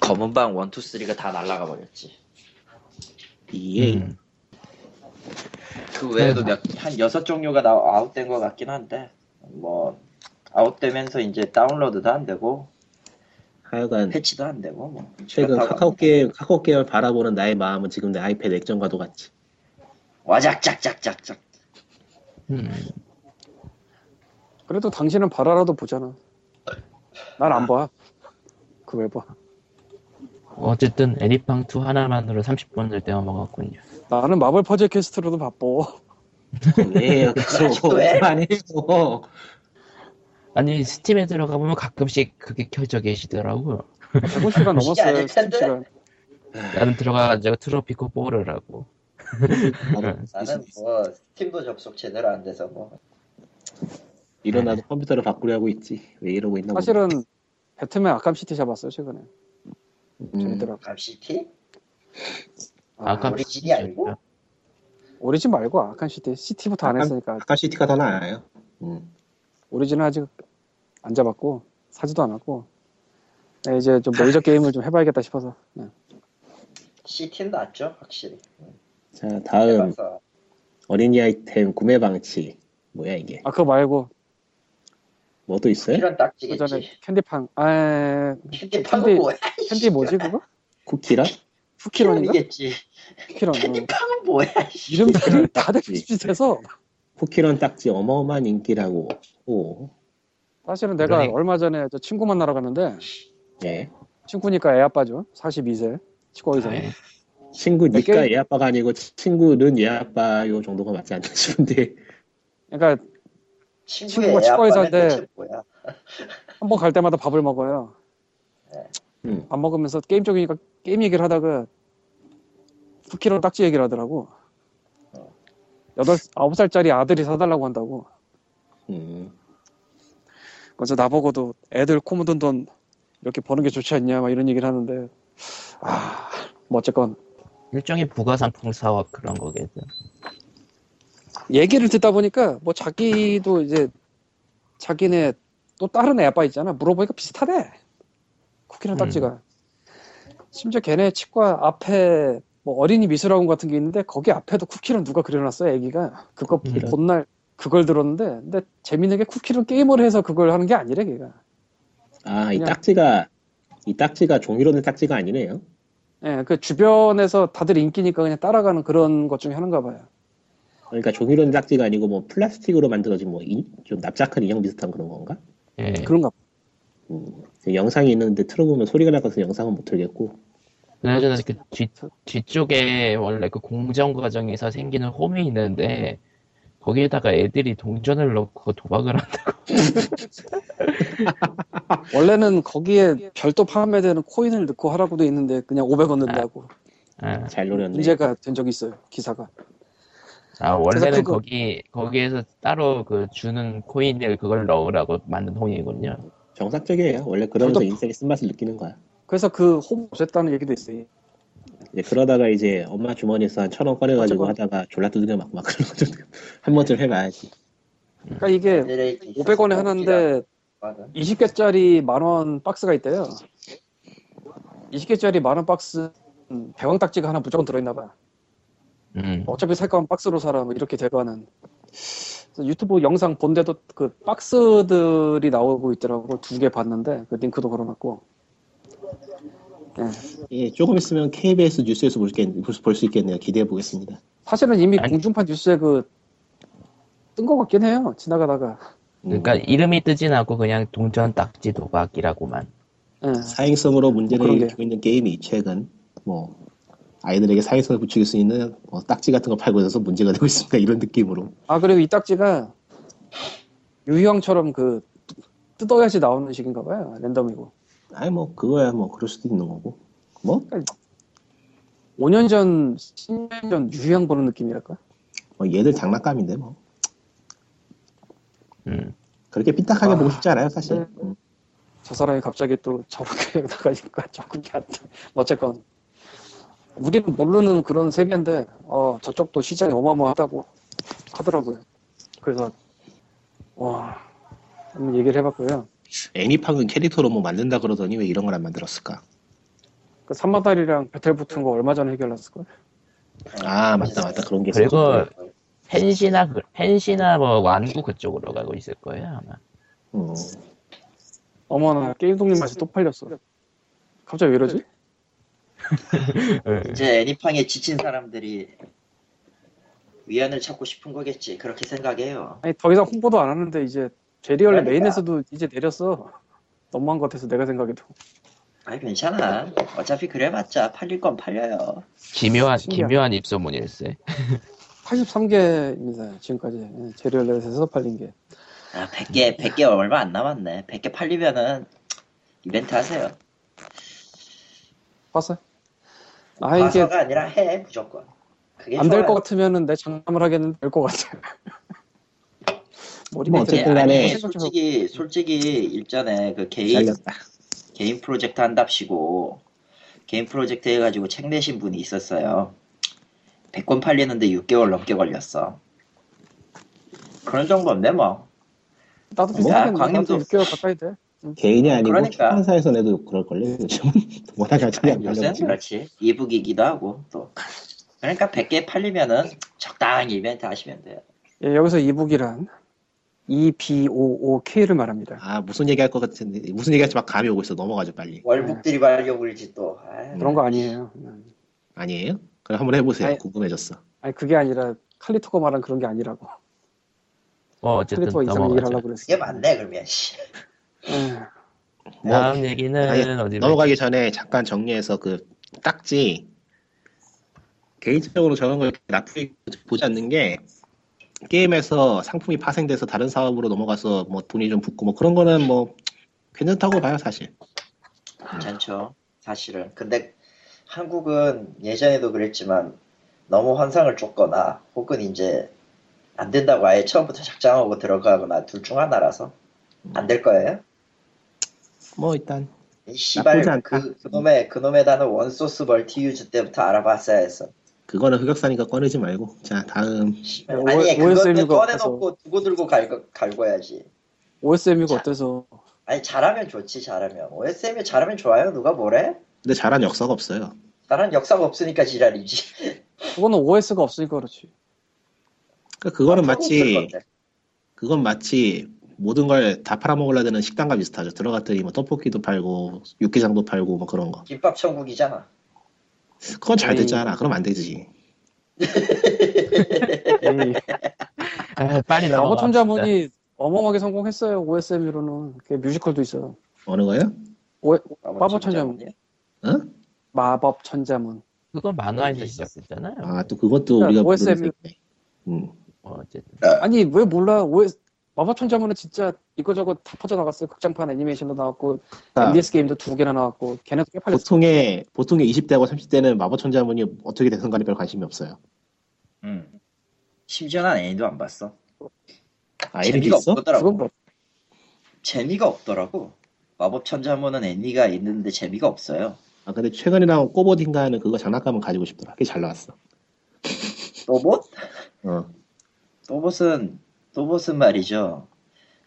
검은 방 1, 2, 3가 다 날아가 버렸지. 예. 이게 그 외에도 몇, 한 여섯 종류가 나, 아웃된 것 같긴 한데, 뭐, 아웃되면서 이제 다운로드도 안 되고, 하여간 패치도 안 되고, 뭐. 최근 그렇다고 카카오 합니다. 게임 카카오 게임을 바라보는 나의 마음은 지금 내 아이패드 액정과도 같이 와작작작작작. 음. 그래도 당신은 바라라도 보잖아. 난 안 봐. 그 왜 봐? 어쨌든 에리팡 2 하나만으로 30분을 때워 먹었군요. 나는 마블 퍼즐 퀘스트로도 바빠. 그만해요 뭐, 그거 왜? 그만해요 아니 스팀에 들어가 보면 가끔씩 그게 켜져 계시더라고요. 150시간 이게 넘었어요. 아닐 텐데? 시간. 나는 들어가가지고 트로피코 뽀르라고. 음. 나는 뭐, 스팀도 접속 제대로 안 돼서 뭐. 일어나도 컴퓨터를 바꾸려 하고 있지 왜 이러고 있나 모르겠네. 사실은 배트맨 아캄 시티 잡았어요 최근에. 음, 재밌더라고. 감시티? 아, 아까 오리진이 아니고? 오리진 말고 아캄 시티 시티부터 안 아캄- 했으니까 아까 시티가 더 나아요 음. 오리진은 아직 안 잡았고 사지도 않았고 네, 이제 좀 메이저 게임을 좀 해봐야겠다 싶어서 네. 시티는 낫죠, 확실히. 자 다음 그래서, 어린이 아이템 구매 방치 뭐야 이게 아 그거 말고 뭐 또 있어요? 이런 그 전에 딱지겠지. 캔디팡 아 캔디 파고 캔디- 뭐야? 캔디 뭐지 그거? 쿠키랑? 쿠키런인가? 캔디겠지. 쿠키런 캔디 응. 파고 뭐야? 이름들이 다들 비슷해서 쿠키런 딱지 어마어마한 인기라고 오 사실은 내가 그러니- 얼마 전에 저 친구 만나러 갔는데 예. 친구니까 애 아빠죠 42세 치과 의사 네. 친구 니까 게임- 얘 아빠가 아니고 친구는 얘 아빠 요 정도가 맞지 않나 싶은데 그러니까 친구의 친구가 치과 아빠는 의사인데- 대체 뭐야? 한 번 갈 때마다 밥을 먹어요 예. 음. 밥 먹으면서 게임 쪽이니까 게임 얘기를 하다가 쿠키런 딱지 얘기를 하더라고 어. 여덟 아홉 살짜리 아들이 사달라고 한다고 음. 그래서 나보고도 애들 코묻은 돈 이렇게 버는 게 좋지 않냐 막 이런 얘기를 하는데 아뭐 어쨌건 일종의 부가 상품 사업 그런 거겠죠. 얘기를 듣다 보니까 뭐 자기도 이제 자기네 또 다른 애 아빠 있잖아 물어보니까 비슷하대 쿠키랑 딱지가 심지어 걔네 치과 앞에 뭐 어린이 미술학원 같은 게 있는데 거기 앞에도 쿠키를 누가 그려놨어요 애기가 그거 쿠키를? 본날 그걸 들었는데 근데 재밌는 게 쿠키를 게임을 해서 그걸 하는 게 아니래 걔가 아 이 그냥- 딱지가 이 딱지가 종이로 된 딱지가 아니네요 예, 그 주변에서 다들 인기니까 그냥 따라가는 그런 것 중에 하나인가 봐요. 그러니까 종이로 된 딱지가 아니고 뭐 플라스틱으로 만들어진 뭐 좀 납작한 인형 비슷한 그런 건가? 예. 그런가 봐. 음. 그 영상이 있는데 틀어보면 소리가 날 것은 영상은 못 틀겠고 그나저나 그 뒤, 뒤쪽에 원래 그 공정 과정에서 생기는 홈이 있는데 거기에다가 애들이 동전을 넣고 도박을 한다. 원래는 거기에 별도 판매되는 코인을 넣고 하라고 돼 있는데 그냥 500원 넣는다고 아, 잘 노렸네 문제가 된 적이 있어요. 기사가. 아, 원래는 그거- 거기 거기에서 따로 그 주는 코인을 그걸 넣으라고 만든 홈이군요. 정상적이에요 원래 그러면서 저도- 인생의 쓴맛을 느끼는 거야 그래서 그홈 없앴다는 얘기도 있어요. 이제 그러다가 이제 엄마 주머니에서 한 천 원 꺼내가지고 어쨌건- 하다가 졸라 두드려 맞고 막 그런 거한 번쯤 해봐야지 그러니까 이게 애들의 네, 있어서 500원에 필요한 하는데 네. 거는 20개짜리 만 원 박스가 있대요. 20개짜리 만 원 박스 음, 대왕 딱지가 하나 무조건 들어있나 봐요. 음. 어차피 살 거면 박스로 사라 뭐 이렇게 돼가는 그래서 유튜브 영상 본데도 그 박스들이 나오고 있더라고 두 개 봤는데 그 링크도 걸어놨고 예, 조금 있으면 KBS 뉴스에서 볼, 게, 볼 수 있겠네요. 기대해 보겠습니다. 사실은 이미 아니. 공중파 뉴스에 그 뜬 것 같긴 해요 지나가다가 그러니까 음. 이름이 뜨진 않고 그냥 동전 딱지 도박이라고만. 예. 사행성으로 문제를 그런 게. 일으키고 있는 게임이 최근 뭐 아이들에게 사행성을 부추길 수 있는 뭐 딱지 같은 거 팔고 있어서 문제가 되고 있습니다. 이런 느낌으로. 아 그리고 이 딱지가 유희왕처럼 그 뜯어야지 나오는 식인가 봐요 랜덤이고 아니 뭐 그거야 뭐 그럴 수도 있는 거고. 뭐, 5년 전 10년 전 유희왕 보는 느낌이랄까 뭐 얘들 장난감인데 뭐. 음. 그렇게 삐딱하게 아. 보고 싶지 않아요, 사실. 음. 저 사람이 갑자기 또 저렇게 나가니까 조금 안 돼. 어쨌건 우리는 모르는 그런 세계인데 어, 저쪽도 시장이 어마어마하다고 하더라고요. 그래서 와 한번 얘기를 해봤고요. 애니팡은 캐릭터로 뭐 만든다 그러더니 왜 이런 걸 안 만들었을까? 그 산마달이랑 배틀 붙은 거 얼마 전에 해결했을 걸. 아, 맞다, 맞다. 그런 게 그리고 있었구나. 펜시나 그- 펜시나 뭐 완구 그쪽으로 가고 있을 거예요 아마. 음. 어머나 게임 독립 맛이 또 팔렸어. 갑자기 왜 이러지? 예. 이제 애니팡에 지친 사람들이 위안을 찾고 싶은 거겠지. 그렇게 생각해요. 아니 더 이상 홍보도 안 하는데 이제 제리얼레 그러니까. 메인에서도 이제 내렸어. 너무한 것 같아서 내가 생각해도. 아 괜찮아. 어차피 그래봤자 팔릴 건 팔려요. 기묘한 신기하다. 기묘한 입소문일세. 83개입니다. 지금까지 예, 제리얼렛에서 팔린 게. 아 100개 100개 얼마 안 남았네. 100개 팔리면은 이벤트 하세요. 봤어요? 아 이게 과서가 아니라 해 무조건. 그게 안 될 좋아요. 것 같으면은 내 장담을 하겠는데 될 것 같아요. 머리 뭐 밑에 어쨌든 예, 아니, 간에 이게 솔직히 솔직히 일전에 그 개인 잘렸다. 개인 프로젝트 한답시고 개인 프로젝트 해가지고 책 내신 분이 있었어요. 100권 팔리는데 6개월 넘게 걸렸어. 그런 정도인데 뭐. 나도 뭐? 비슷하겠네. 아, 광림도- 나도 6개월 가까이 돼. 개인이 아니고 그러니까. 출판사에서 내도 그럴걸요, 요즘은. 뭐 워낙 아전이 네, 안 요새는 팔렸지. 그렇지. 이북이기도 하고 또. 그러니까 100개 팔리면은 적당히 이벤트 하시면 돼요. 예, 여기서 이북이란 E B O O K를 말합니다. 아, 무슨 얘기할 것 같은데. 무슨 얘기할지 막 감이 오고 있어. 넘어가죠, 빨리. 월북들이 말려 울지 또. 아이, 그런 거 아니에요. 아니에요? 그럼 한번 해보세요. 아니. 궁금해졌어. 아니 그게 아니라 칼리토가 말한 그런 게 아니라고. 뭐 어쨌든 칼리토가 이상 얘기를 넘어가죠. 하려고 그랬어. 그게 맞네 그러면. 씨. 예. 뭐, 다음 얘기는 아니, 네, 어디로? 넘어가기 전에 잠깐 정리해서 그 딱지 개인적으로 저런 걸 나쁘게 보지 않는 게 게임에서 상품이 파생돼서 다른 사업으로 넘어가서 뭐 돈이 좀 붙고 뭐 그런 거는 뭐 괜찮다고 봐요 사실. 괜찮죠. 사실은. 근데 한국은 예전에도 그랬지만 너무 환상을 쫓거나 혹은 이제 안 된다고 아예 처음부터 작정하고 들어가거나 둘 중 하나라서 안 될 거예요. 뭐 일단 이 나쁘지 씨발 않다. 그 그놈의 그놈의 단어 원소스 멀티 유즈 때부터 알아봤어야 했어. 그거는 흑역사니까 꺼내지 말고 자 다음 씨발. 오- 아니 OSM 그것도 가 꺼내놓고 두고 들고 갈거 갈거야지. OSM이가 자. 어때서? 아니 잘하면 좋지 잘하면 OSM이 잘하면 좋아요 누가 뭐래? 근데 잘한 역사가 없어요. 나란 역사가 없으니까 지랄이지. 그거는 OS가 없으니까 그렇지. 그거 아, 는 없을 마치 건데. 그건 마치 모든 걸 다 팔아먹으려 되는 식당과 비슷하죠. 들어갔더니 뭐 떡볶이도 팔고 육개장도 팔고 뭐 그런 거. 김밥 천국이잖아. 그건 잘 에이. 됐잖아. 그럼 안 되지. 에이. 아, 빨리 넘어가. 로봇 혼자문이 어마어마하게 성공했어요. OSM으로는 그 뮤지컬도 있어요. 어느 거요? 오- 바보 천장. 천장이요? 어? 마법 천자문. 그건 만화에서 시작됐잖아요. 아, 또 그것도 우리가 그러니까 OSM. 모르는 세계. 음. 뭐 어쨌든 아니 왜 몰라? OS 마법 천자문은 진짜 이거저거 다 퍼져 나갔어요. 극장판 애니메이션도 나왔고 그러니까 MBS 게임도 두 개나 나왔고 걔네도 꽤 팔렸어. 보통의 보통의 20대하고 30대는 마법천자문이 어떻게 되든 간에 별 관심이 없어요. 응. 심지어 난 애니도 안 봤어. 아, 이런 게 재미가 있어? 없더라고. 그건 뭐 재미가 없더라고. 마법 천자문은 애니가 있는데 재미가 없어요. 아, 근데 최근에 나온 꼬보딘가는 그거 장난감은 가지고 싶더라. 그게 잘 나왔어. 로봇? 어. 로봇은 로봇은 말이죠.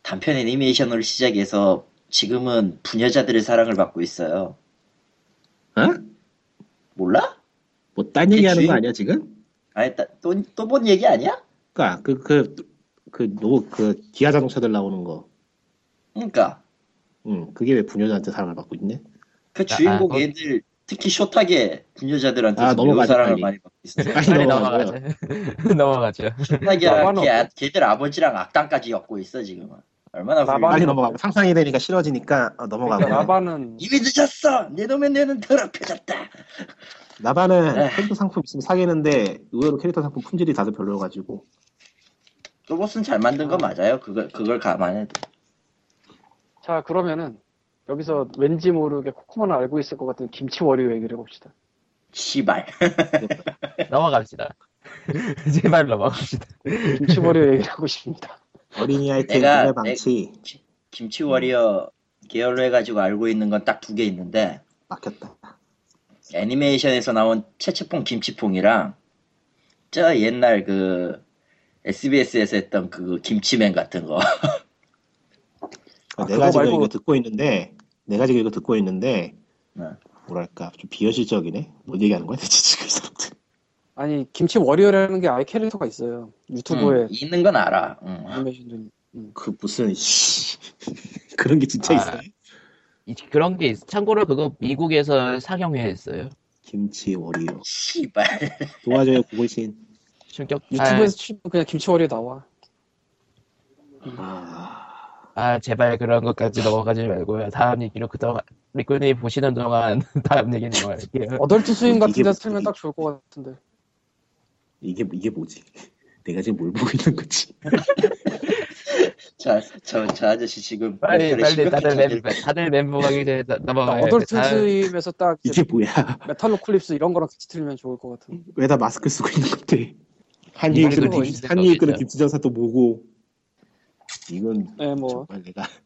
단편 애니메이션으로 시작해서 지금은 부녀자들의 사랑을 받고 있어요. 어? 몰라? 뭐 딴 얘기하는 주인- 거 아니야 지금? 아니 또또 본 얘기 아니야? 그러니까 그그그노그 기아 자동차들 나오는 거. 그러니까 음, 그게 왜 부녀자한테 사랑을 받고 있네? 그 주인공 아, 아, 애들 특히 숏하게 부녀자들한테 뭐. 아, 서 매우 넘어가자, 사랑을 빨리. 많이 받고 있어요. 빨리 빨리 넘어가요. 넘어가죠. 넘어가죠. 숏하게랑 나만 걔, 없어. 걔들 아버지랑 악당까지 엮고 있어 지금은. 얼마나 나만 훌륭해. 빨리 넘어가고 상상이 되니까 싫어지니까 어, 넘어가고 그러니까 라바는 이미 늦었어. 내 놈의 뇌는 더럽혀졌다. 나바는 에휴. 캐릭터 상품 있으면 사겠는데 의외로 캐릭터 상품 품질이 다들 별로여가지고 로봇은 잘 만든 거 맞아요. 그걸 그걸 감안해도. 자 그러면은 여기서 왠지 모르게 코코만 알고 있을 것 같은 김치 월요 얘기를 해봅시다. 씨발. 넘어갑시다. 제발 넘어갑시다. 김치 월요 얘기를 하고 싶습니다. 어린이 아이템 내가- 구매 방치 김치 음. 워리어 계열로 해가지고 알고 있는 건 딱 두 개 있는데 막혔다. 애니메이션에서 나온 채채퐁 김치퐁이랑 저 옛날 그 SBS에서 했던 그 김치맨 같은 거. 아, 내가 그거 지금 말고- 이거 듣고 있는데 내가 지금 이거 듣고 있는데 네. 뭐랄까 좀 비현실적이네. 뭘 얘기하는 거야 대체 지금 이 사람들. 아니 김치 워리어라는 게 아예 캐릭터가 있어요. 유튜브에 음, 있는 건 알아. 음. 애니메이션도 있- 그 무슨 씨 그런 게 진짜 아. 있어요? 이- 그런 게 있어. 참고로 그거 미국에서 상영회했어요. 김치 워리어 씨발. 도와줘요 구글신. 충격. 유튜브에서 치면 그냥 김치 워리어 나와. 아 아, 아, 제발 그런 것까지 넘어가지 말고요. 다음 얘기로 그동안 리꾸님 보시는 동안 다음 뭐 얘기 넘어갈게요. 어덜트 스윙 같은 이게 데서 무슨- 틀면 딱 좋을 것 같은데. 이게 이게 뭐지? 내가 지금 뭘 보고 있는 거지? 저, 저, 저 아저씨 지금 빨리 목소리 빨리 다들 심각해졌는데 멤 다들 멤버 가기 전에 나- 넘어가야 돼. 그러니까 어덜트 다음- 스윙에서 딱 이제 아, 네, 이게 뭐야? 메탈로 클립스 이런 거랑 같이 틀면 좋을 것 같은. 왜 다 마스크 쓰고 있는 건데? 한일 이거는 끄는 뭐 김- 있을 한일 것 끄는 같아요. 김치전사 또 뭐고? 이건 네, 뭐 정말 내가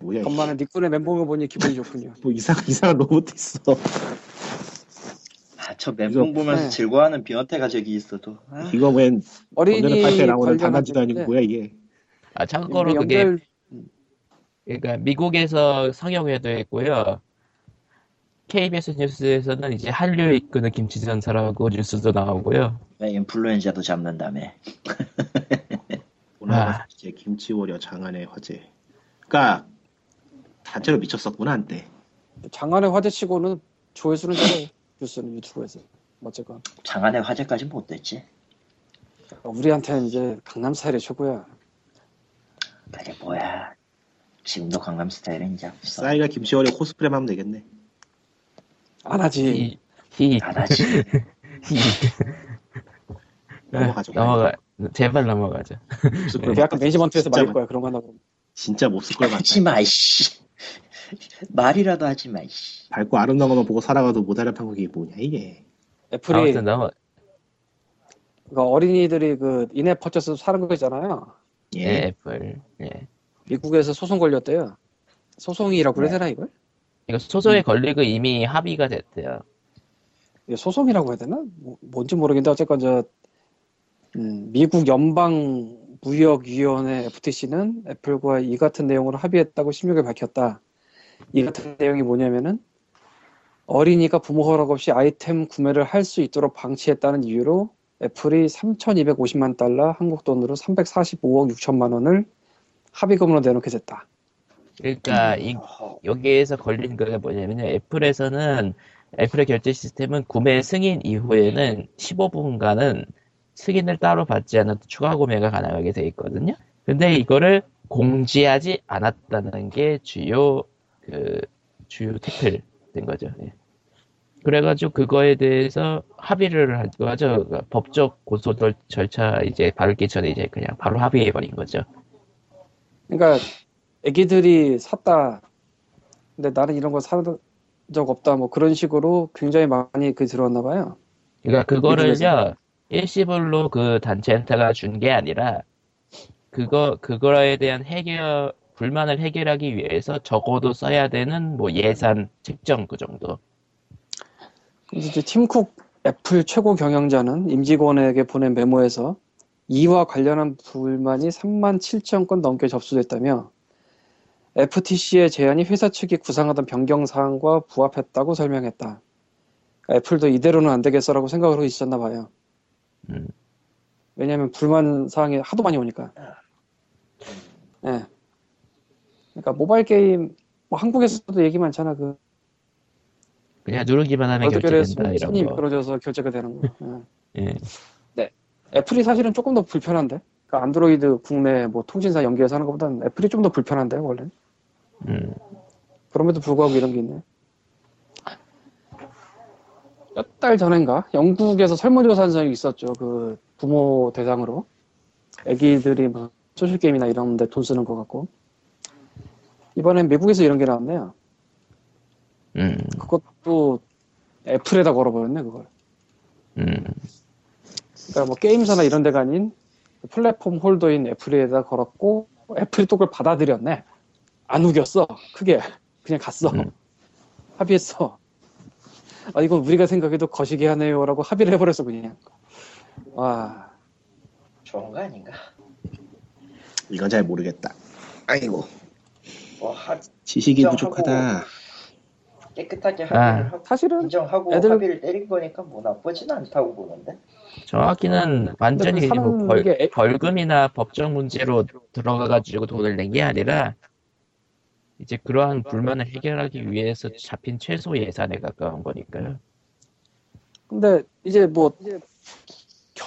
뭐야? 이게. 간만에 닉군의 멘붕을 보니 기분이 좋군요. 뭐 이상 이상한 로봇 있어. 아, 저 멘붕 보면서 네. 즐거워하는 비현태가 저기 있어도 아, 이거 웬 어린이 언제나 팔때 나오는 관련한 네. 단한지도 아니고 뭐야 이게? 아, 참고로 연결- 그게 그러니까 미국에서 상영회도 했고요. KBS 뉴스에서는 이제 한류 이끄는 김치전사라고 뉴스도 나오고요. 왜 인플루엔자도 잡는다며. 오늘 이제 김치 워려 장안의 화제. 그러니까 단체로 미쳤었구나 한때. 장안의 화제치고는 조회수는 잘해 뉴스는 유튜브에서. 어쨌건 장안의 화제까지 못 됐지. 우리한테는 이제 강남 스타일이 최고야. 그게 뭐야. 지금도 강남 스타일은 이제 없어. 싸이가 김치 워려 코스프레만 하면 되겠네. 안 하지. 히, 히, 안 하지. 히. 네, 넘어가죠. 아, 네. 넘어가, 제발 넘어가자. 몹쓸 걸 그 약간 봤다. 매니지먼트에서 진짜 말릴 몹- 거야 그런 거 하나 보면. 진짜 몹쓸 걸 봤다. 하지 마, 이씨. 말이라도 하지 마, 이씨. 밝고 아름다운 것만 보고 살아가도 못 알아본 그게 뭐냐 이게. 애플이 아무튼 넘어, 그 어린이들이 그 인앱 퍼쳐서 사는 거 있잖아요. 예, 네. 애플. 예. 미국에서 소송 걸렸대요. 소송이라고 네. 그래야 되나 이걸? 이거 소송에 걸리고 이미 합의가 됐대요. 이게 소송이라고 해야 되나? 뭐- 뭔지 모르겠는데 어쨌건 저 음, 미국 연방 무역위원회 FTC는 애플과 이 같은 내용으로 합의했다고 16일 밝혔다. 이 같은 내용이 뭐냐면은 어린이가 부모 허락 없이 아이템 구매를 할 수 있도록 방치했다는 이유로 애플이 3,250만 달러 한국 돈으로 345억 6천만 원을 합의금으로 내놓게 됐다. 그러니까 이- 여기에서 걸린 거가 뭐냐면요. 애플에서는 애플의 결제 시스템은 구매 승인 이후에는 15분간은 승인을 따로 받지 않아도 추가 구매가 가능하게 돼 있거든요. 근데 이거를 공지하지 않았다는 게 주요 그 주요 태클 된 거죠. 예. 그래가지고 그거에 대해서 합의를 한 거죠. 그러니까 법적 고소 절- 절차 이제 바르기 전에 이제 그냥 바로 합의해 버린 거죠. 그러니까 애기들이 샀다. 근데 나는 이런 거 산 적 없다. 뭐 그런 식으로 굉장히 많이 그 들어왔나 봐요. 그러니까 미국에서. 그거를요 일시불로 그 단체 엔터가 준 게 아니라 그거 그거에 대한 해결 불만을 해결하기 위해서 적어도 써야 되는 뭐 예산 책정 그 정도. 근데 이제 팀쿡 애플 최고 경영자는 임직원에게 보낸 메모에서 이와 관련한 불만이 3만 7천 건 넘게 접수됐다며 FTC의 제안이 회사 측이 구상하던 변경 사항과 부합했다고 설명했다. 그러니까 애플도 이대로는 안 되겠어라고 생각을 하고 있었나 봐요. 음. 왜냐하면 불만 사항이 하도 많이 오니까. 예. 그러니까 모바일 게임 뭐 한국에서도 얘기 많잖아 그 그냥 누르기만 하면 결제된다 월드별에서 이런 손이 거. 미끄러져서 결제가 되는 거. 예. 예. 애플이 사실은 조금 더 불편한데. 그러니까 안드로이드 국내 뭐 통신사 연계해서 하는 것보다는 애플이 좀 더 불편한데 원래. 음. 그럼에도 불구하고 이런 게 있네. 몇 달 전인가 영국에서 설문조사한 적이 있었죠. 그 부모 대상으로 애기들이 뭐 소셜 게임이나 이런데 돈 쓰는 것 같고 이번엔 미국에서 이런 게 나왔네요. 음. 그것도 애플에다 걸어버렸네 그걸. 음. 그러니까 뭐 게임사나 이런 데가 아닌 플랫폼 홀더인 애플에다 걸었고 애플이 또 그걸 받아들였네. 안 우겼어. 크게 그냥 갔어. 음. 합의했어. 아 이건 우리가 생각해도 거시기 하네요라고 합의를 해버렸어 그냥. 와 좋은 거 아닌가? 이건 잘 모르겠다. 아이고 뭐 하, 지식이 인정하고 부족하다. 깨끗하게 아. 합의를 하고 사실은 인정하고 애들- 합의를 때린 거니까 뭐 나쁘진 않다고 보는데. 정확히는 완전히 근데 그 뭐 사는 벌, 게 애- 벌금이나 법적 문제로 들어가가지고 돈을 낸 게 아니라 이제 그러한 불만을 해결하기 위해서 잡힌 최소 예산에 가까운 거니까요. 근데 이제 뭐 겨-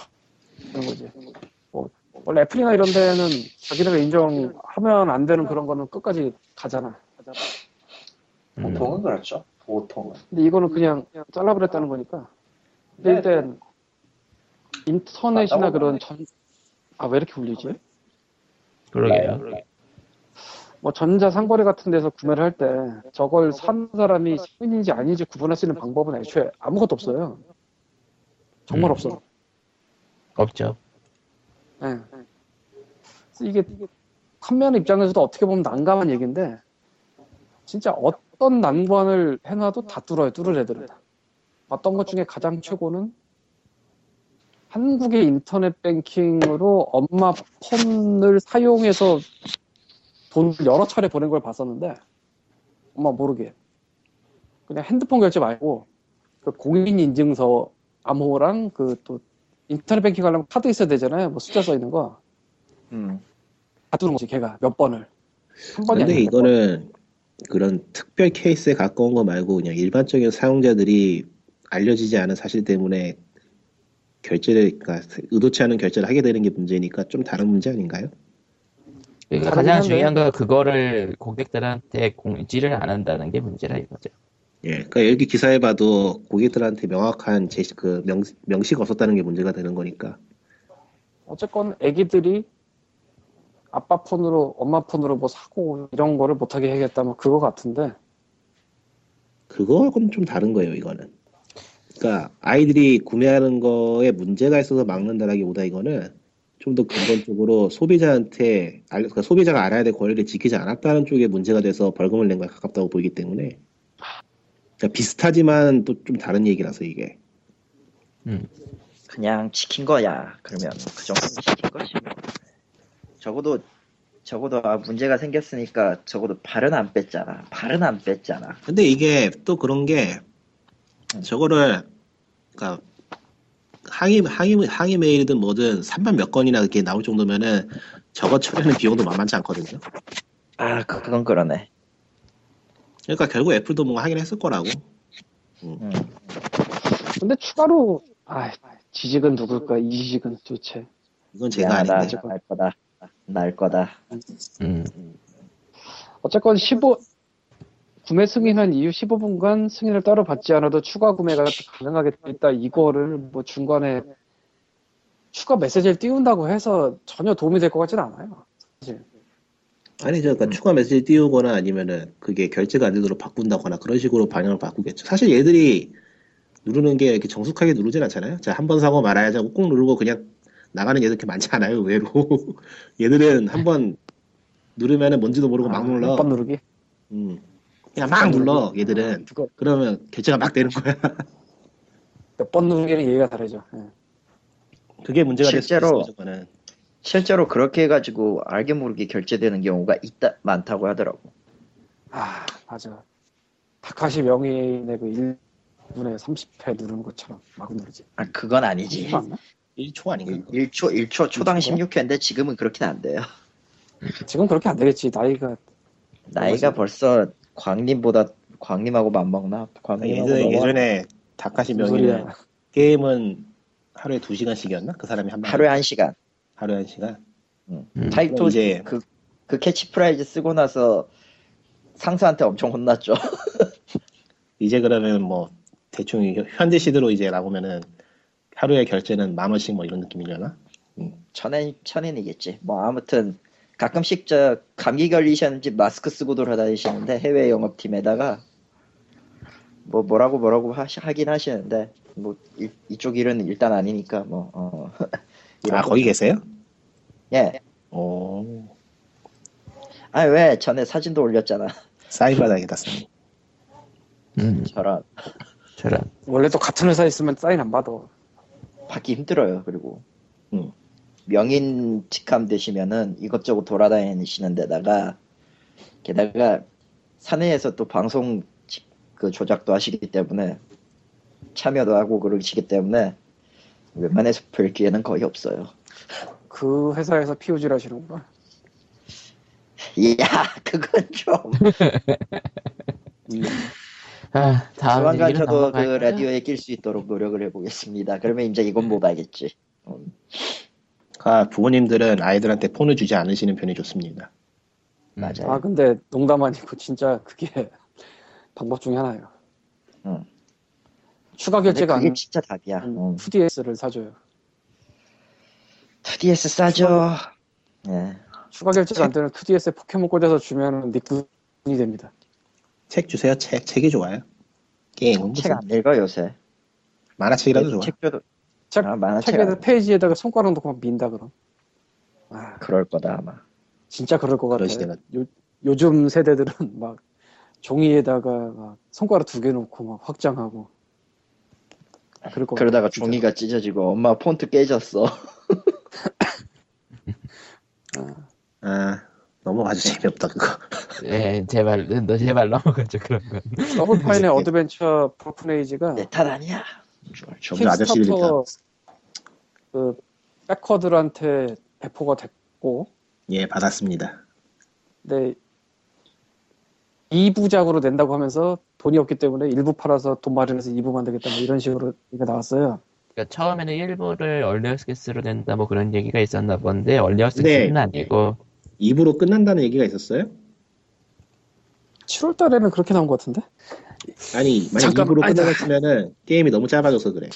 그런 거지. 뭐 원래 애플이나 이런 데는 자기네가 인정하면 안 되는 그런 거는 끝까지 가잖아. 음. 보통은 그렇죠. 보통은. 근데 이거는 그냥 잘라버렸다는 거니까. 근데 일단 네, 인터넷이나 그런 전 아 왜 이렇게 울리지? 그러게요. 뭐 전자 상거래 같은 데서 구매를 할 때 저걸 산 사람이 시민인지 아닌지 구분할 수 있는 방법은 애초에 아무것도 없어요. 음. 정말 없어. 없죠. 예. 그래서 이게 판매하는 입장에서도 어떻게 보면 난감한 얘기인데 진짜 어떤 난관을 해놔도 다 뚫어요 뚫을 애들은 다 봤던 것 중에 가장 최고는 한국의 인터넷 뱅킹으로 엄마 폰을 사용해서 돈을 여러 차례 보낸 걸 봤었는데 엄마 모르게 그냥 핸드폰 결제 말고 그 공인 인증서 암호랑 그 또 인터넷 뱅킹 하려면 카드 있어야 되잖아요 뭐 숫자 써 있는 거 음. 다 두는 거지 걔가 몇 번을 한 번이 근데 아니고 이거는 그런 특별 케이스에 가까운 거 말고 그냥 일반적인 사용자들이 알려지지 않은 사실 때문에 결제를 그러니까 의도치 않은 결제를 하게 되는 게 문제니까 좀 다른 문제 아닌가요? 그러니까 다르긴 가장 한데. 중요한 건 그거를 고객들한테 공지를 안 한다는 게 문제라 이거죠. 예, 그러니까 여기 기사에 봐도 고객들한테 명확한 제시 그 명, 명시가 없었다는 게 문제가 되는 거니까 어쨌건 애기들이 아빠 폰으로 엄마 폰으로 뭐 사고 이런 거를 못하게 해야겠다 뭐 그거 같은데 그거하고는 좀 다른 거예요 이거는. 그러니까 아이들이 구매하는 거에 문제가 있어서 막는다라기보다 이거는 좀 더 근본적으로 소비자한테 알, 그러니까 소비자가 알아야 될 권리를 지키지 않았다는 쪽에 문제가 돼서 벌금을 낸 거에 가깝다고 보이기 때문에 그러니까 비슷하지만 또 좀 다른 얘기라서 이게 그냥 지킨 거야. 그러면 그 정도는 지킨 것이 뭐. 적어도 적어도 아, 문제가 생겼으니까 적어도 발은 안 뺐잖아. 발은 안 뺐잖아. 근데 이게 또 그런 게 저거를 그러니까 항의 항의 항의 메일이든 뭐든 3만 몇 건이나 이렇게 나올 정도면은 저거 처리하는 비용도 만만치 않거든요. 아, 그- 그건 그러네. 그러니까 결국 애플도 뭔가 하긴 했을 거라고. 음. 근데 추가로 아 지식은 누굴까 이 지식은 도대체 이건 제가 미안하다. 아닌데. 날 거다. 날 거다. 음. 어쨌건 15 구매 승인한 이후 15분간 승인을 따로 받지 않아도 추가 구매가 가능하게 돼 있다 이거를 뭐 중간에 추가 메시지를 띄운다고 해서 전혀 도움이 될 것 같진 않아요 아니죠. 그러니까 추가 메시지 띄우거나 아니면은 그게 결제가 안 되도록 바꾼다거나 그런 식으로 방향을 바꾸겠죠. 사실 얘들이 누르는 게 이렇게 정숙하게 누르진 않잖아요. 자, 한 번 사고 말아야지 하고 꾹 누르고 그냥 나가는 얘들 이렇게 많지 않아요, 의외로. 얘들은 한 번 누르면은 뭔지도 모르고 막 눌러. 몇번 누르기 음. 그냥 막 눌러, 얘들은. 그러니까 그거 그러면 결제가 막 되는 거야. 몇 번 누르기는 얘기가 다르죠. 예. 그게 문제가 될 수도 실제로- 있어요, 저거는. 실제로 그렇게 해가지고 알게 모르게 결제되는 경우가 있다 많다고 하더라고. 아 맞아. 다카시 명인의 그 1분에 30회 누르는 것처럼 막 누르지. 예. 아, 그건 아니지. 맞나? 1초 아닌가? 1초 1초 초당 그렇죠. 16회인데 지금은 그렇게는 안 돼요. 지금 그렇게 안 되겠지. 나이가 나이가 맞아요. 벌써 광님보다 광님하고 맞먹나? 광님하고 예전에, 너무 예전에 다카시 무슨 명의는 소리야. 게임은 하루에 2시간씩이었나? 그 사람이 한 번. 하루에 한 시간. 하루에 한 시간. 음. 타이토 이제- 그, 그 캐치프라이즈 쓰고 나서 상사한테 엄청 혼났죠. 이제 그러면 뭐 대충 이- 현재 시대로 이제 나오면은 하루에 결제는 만 원씩 뭐 이런 느낌이려나? 천엔 천엔이겠지. 뭐 아무튼 가끔씩 저 감기 걸리셨는지 마스크 쓰고 돌아다니시는데 해외 영업팀에다가 뭐 뭐라고 뭐라고 하시, 하긴 하시는데 뭐 이, 이쪽 일은 일단 아니니까 뭐 어. 아 거기 계세요? 예. 오, 아 왜 전에 사진도 올렸잖아. 싸이바닥이다, 싸이. 음, 저랑 저런. 원래 또 같은 회사에 있으면 사인 안 받아. 받기 힘들어요. 그리고 음. 명인 직함 되시면은 이것저것 돌아다니시는 데다가 게다가 사내에서 또 방송 지- 그 조작도 하시기 때문에 참여도 하고 그러시기 때문에 웬만해서 볼 기회는 거의 없어요. 그 회사에서 POG 를 하시는구나. 이야 그건 좀 아, 다음 조만간 얘기로 저도 그 넘어갈까요? 라디오에 낄 수 있도록 노력을 해보겠습니다. 그러면 이제 이건 못 알겠지. 음. 아, 부모님들은 아이들한테 폰을 주지 않으시는 편이 좋습니다. 음, 네. 맞아요. 아 근데 농담 아니고 진짜 그게 방법 중에 하나예요. 어. 응. 추가 근데 결제가 그게 안 진짜 답이야. 음. 2DS를 사줘요. 2DS 싸죠. 음. 예. 추가 결제가 안 되는 2DS에 포켓몬 꽂아서 주면은 닉군이 됩니다. 책 주세요, 책. 책이 좋아요. 게임은 음. 무슨 책 안 읽어 요새. 만화책이라도 좋아. 책도 책- 아, 만화책 책에 안... 페이지에다가 손가락 넣고 막 민다 그럼. 아 그럴 거다 아마. 진짜 그럴 것 같아. 그러시대가. 요 요즘 세대들은 막 종이에다가 막 손가락 두 개 놓고 막 확장하고 그럴 것 그러다가 같아, 진짜. 종이가 찢어지고 엄마 폰트 깨졌어. 아, 넘어가죠. 네. 재미없다, 그거. 예, 제발, 너 제발 넘어가죠, 그런 건. 더블 파인의 어드벤처 브로큰에이지가 내 탓 아니야. 저- 저- 점점 아저씨들이니까. 킥스타터 그 백커들한테 배포가 됐고 예, 받았습니다. 근데 2부작으로 낸다고 하면서 돈이 없기 때문에 1부 팔아서 돈 마련해서 2부 만들겠다 뭐 이런 식으로 얘기가 나왔어요. 그러니까 처음에는 일부를 얼리어스케스로 낸다 뭐 그런 얘기가 있었나 본데 얼리어스케스는 네. 아니고 2부로 끝난다는 얘기가 있었어요? 7월 달에는 그렇게 나온 것 같은데? 아니, 만약 잠깐, 2부로 아니다. 끝나갔으면은 게임이 너무 짧아져서 그래.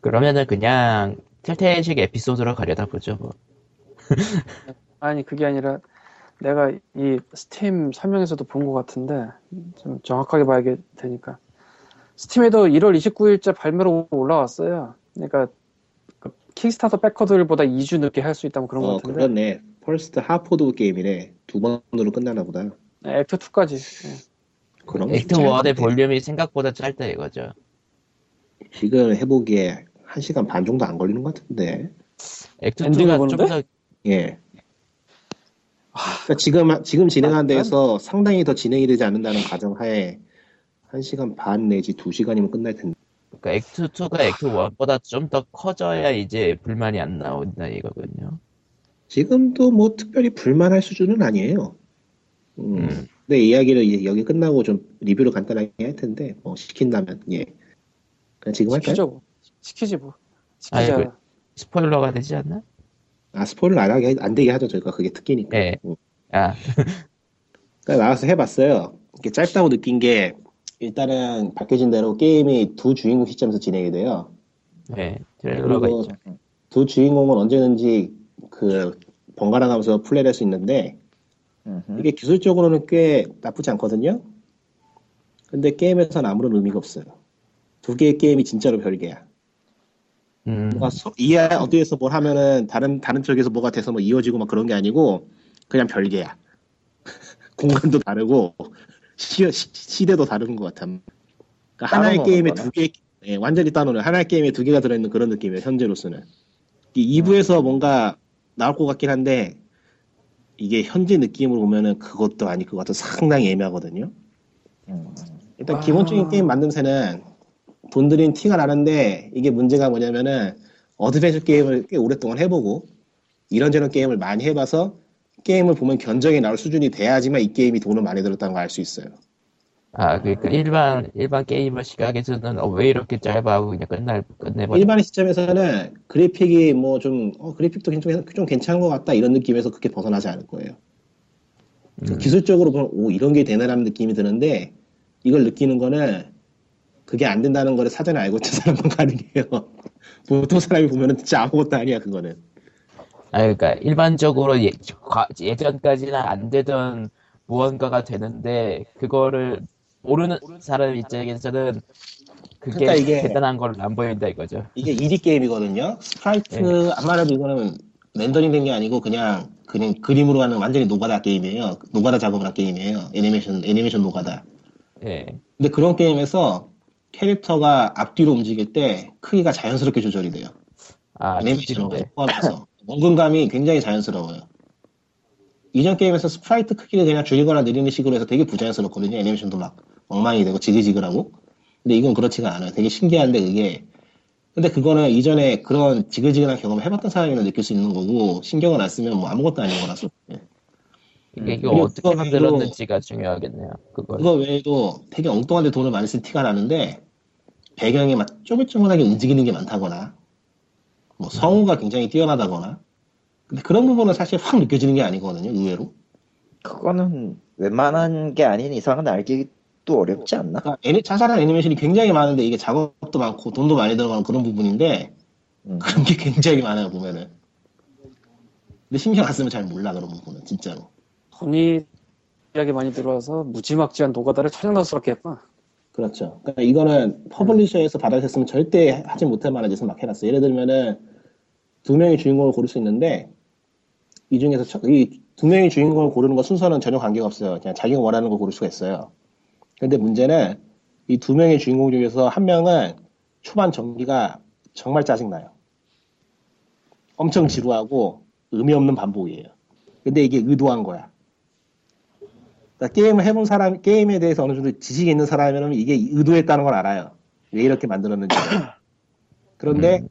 그러면은 그냥 텔테식 에피소드로 가려다 보죠 뭐. 아니 그게 아니라 내가 이 스팀 설명에서도 본 것 같은데 좀 정확하게 봐야 되니까 스팀에도 1월 29일자 발매로 올라왔어요. 그러니까 그 킥스타터 백커들보다 2주 늦게 할 수 있다면 그런 것 어, 같은데 그렇네. 퍼스트 하포드 게임이래. 두 번으로 끝나나 보다. 네, 액트 2까지 그럼 액트 1의 볼륨이 생각보다 짧다 이거죠. 지금 해보기에 1시간 반 정도 안 걸리는 것 같은데. 액트 엔딩을 2가 보는데? 좀더 예. 아, 그러니까 지금 지금 진행한 데에서 상당히 더 진행이 되지 않는다는 가정하에 1시간 반 내지 2시간이면 끝날 텐데. 그러니까 액트 2가 액트 1보다 좀 더 커져야 이제 불만이 안 나온다 이거군요. 지금도 뭐 특별히 불만할 수준은 아니에요. 음. 음. 근데 이야기를 이제 여기 끝나고 좀 리뷰를 간단하게 할 텐데 뭐 시킨다면 예. 그냥 지금 할까요? 시키죠. 뭐. 시키지 뭐. 시키자. 아이고. 스포일러가 되지 않나? 아 스포를 안 하게 안 되게 하죠 저희가 그게 특기니까. 네. 음. 아, 그러니까 나와서 해봤어요. 이게 짧다고 느낀 게 일단은 밝혀진 대로 게임이 두 주인공 시점에서 진행이 돼요. 네. 트레일러가 그리고- 있죠. 두 주인공은 언제든지 그 번갈아 가면서 플레이할 수 있는데 음흠. 이게 기술적으로는 꽤 나쁘지 않거든요. 근데 게임에선 아무런 의미가 없어요. 두 개의 게임이 진짜로 별개야. 음. 뭔가 서- 이 아- 어디에서 뭘 하면은 다른 다른 쪽에서 뭐가 돼서 뭐 이어지고 막 그런 게 아니고 그냥 별개야. 공간도 다르고 시, 대도 다른 것 같아. 그러니까 하나의 따로 게임에 노는 두 개, 예, 완전히 따로는 하나의 게임에 두 개가 들어있는 그런 느낌이에요. 현재로서는 이 2부에서 뭔가 나올 것 같긴 한데 이게 현재 느낌으로 보면은 그것도 아닐 것 같아. 상당히 애매하거든요. 음. 일단 아. 기본적인 게임 만듦새는 돈 들인 티가 나는데 이게 문제가 뭐냐면은 어드벤처 게임을 꽤 오랫동안 해보고 이런저런 게임을 많이 해봐서 게임을 보면 견적이 나올 수준이 돼야지만 이 게임이 돈을 많이 들었다는 걸 알 수 있어요. 아, 그러니까 일반 일반 게이머 시각에서는 어, 왜 이렇게 짧아하고 그냥 끝날 끝내버려. 일반의 시점에서는 그래픽이 뭐 좀 그래픽도 괜찮- 좀 괜찮은 것 같다 이런 느낌에서 그렇게 벗어나지 않을 거예요. 그 음. 기술적으로 보면 오 이런 게 되나라는 느낌이 드는데 이걸 느끼는 거는 그게 안 된다는 거를 사전에 알고 있는 사람만 가능해요. 보통 사람이 보면은 진짜 아무것도 아니야 그거는. 아, 그러니까 일반적으로 예, 과- 예전까지는 안 되던 무언가가 되는데 그거를 모르는 사람 입장에서는 그게 그러니까 이게- 대단한 걸로 안 보인다 이거죠. 이게 2D 게임이거든요. 스프라이트 네. 아마래도 이거는 렌더링 된 게 아니고 그냥 그냥 그림으로 하는 완전히 노가다 게임이에요. 노가다 작업을 한 게임이에요. 애니메이션 애니메이션 노가다. 예. 근데 그런 게임에서 캐릭터가 앞뒤로 움직일 때 크기가 자연스럽게 조절이 돼요. 아, 애니메이션 뒤집네. 포함해서 원근감이 굉장히 자연스러워요. 이전 게임에서 스프라이트 크기를 그냥 줄이거나 늘리는 식으로 해서 되게 부자연스럽거든요. 애니메이션도 막 엉망이 되고 지글지글하고. 근데 이건 그렇지가 않아요. 되게 신기한데 그게. 근데 그거는 이전에 그런 지글지글한 경험을 해봤던 사람이면 느낄 수 있는 거고 신경을 안 쓰면 뭐 아무것도 아닌 거라서. 예. 이게 이거 음. 그리고 어떻게 그거 만들었는지가 중요하겠네요. 그걸. 그거 외에도 되게 엉뚱한데 돈을 많이 쓴 티가 나는데 배경이 막 쪼글쪼글하게 움직이는 게 많다거나 뭐 성우가 굉장히 뛰어나다거나 근데 그런 부분은 사실 확 느껴지는 게 아니거든요 의외로 그거는 웬만한 게 아닌 이상은 알기도 어렵지 않나? 그러니까 애니, 자잘한 애니메이션이 굉장히 많은데 이게 작업도 많고 돈도 많이 들어가는 그런 부분인데 음. 그런 게 굉장히 많아요 보면은 근데 신경 안 쓰면 잘 몰라 그런 부분은 진짜로 돈이 이야기 많이 들어와서 무지막지한 노가다를 천연스럽게 했구나. 그렇죠. 그러니까 이거는 퍼블리셔에서 받아들였으면 절대 하지 못할 만한 짓을 막 해놨어요. 예를 들면은 두 명의 주인공을 고를 수 있는데 이 중에서 이 두 명의 주인공을 고르는 거 순서는 전혀 관계가 없어요. 그냥 자기가 원하는 걸 고를 수가 있어요. 근데 문제는 이 두 명의 주인공 중에서 한 명은 초반 전기가 정말 짜증나요. 엄청 지루하고 의미 없는 반복이에요. 근데 이게 의도한 거야. 그러니까 게임을 해본 사람, 게임에 대해서 어느 정도 지식이 있는 사람이라면 이게 의도했다는 걸 알아요. 왜 이렇게 만들었는지. 그런데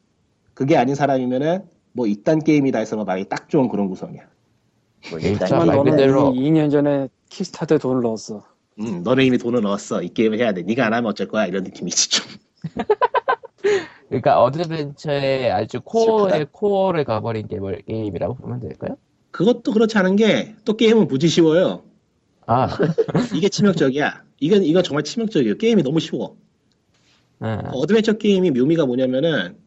그게 아닌 사람이면은 뭐 이딴 게임이다 해서 막 말이 딱 좋은 그런 구성이야. 뭐 말 하지만 일단 일단은- 너는 그대로. 이미 2년 전에 킥스타트에 돈을 넣었어. 음, 너네 이미 돈을 넣었어. 이 게임을 해야 돼. 네가 안 하면 어쩔 거야. 이런 느낌이지 좀. 그러니까 어드벤처의 아주 코어의 슬프다. 코어를 가버린 게임을, 게임이라고 보면 될까요? 그것도 그렇지 않은 게 또 게임은 무지 쉬워요. 아, 이게 치명적이야. 이건 이건 정말 치명적이에요. 게임이 너무 쉬워. 아, 어드벤처 게임이 묘미가 뭐냐면은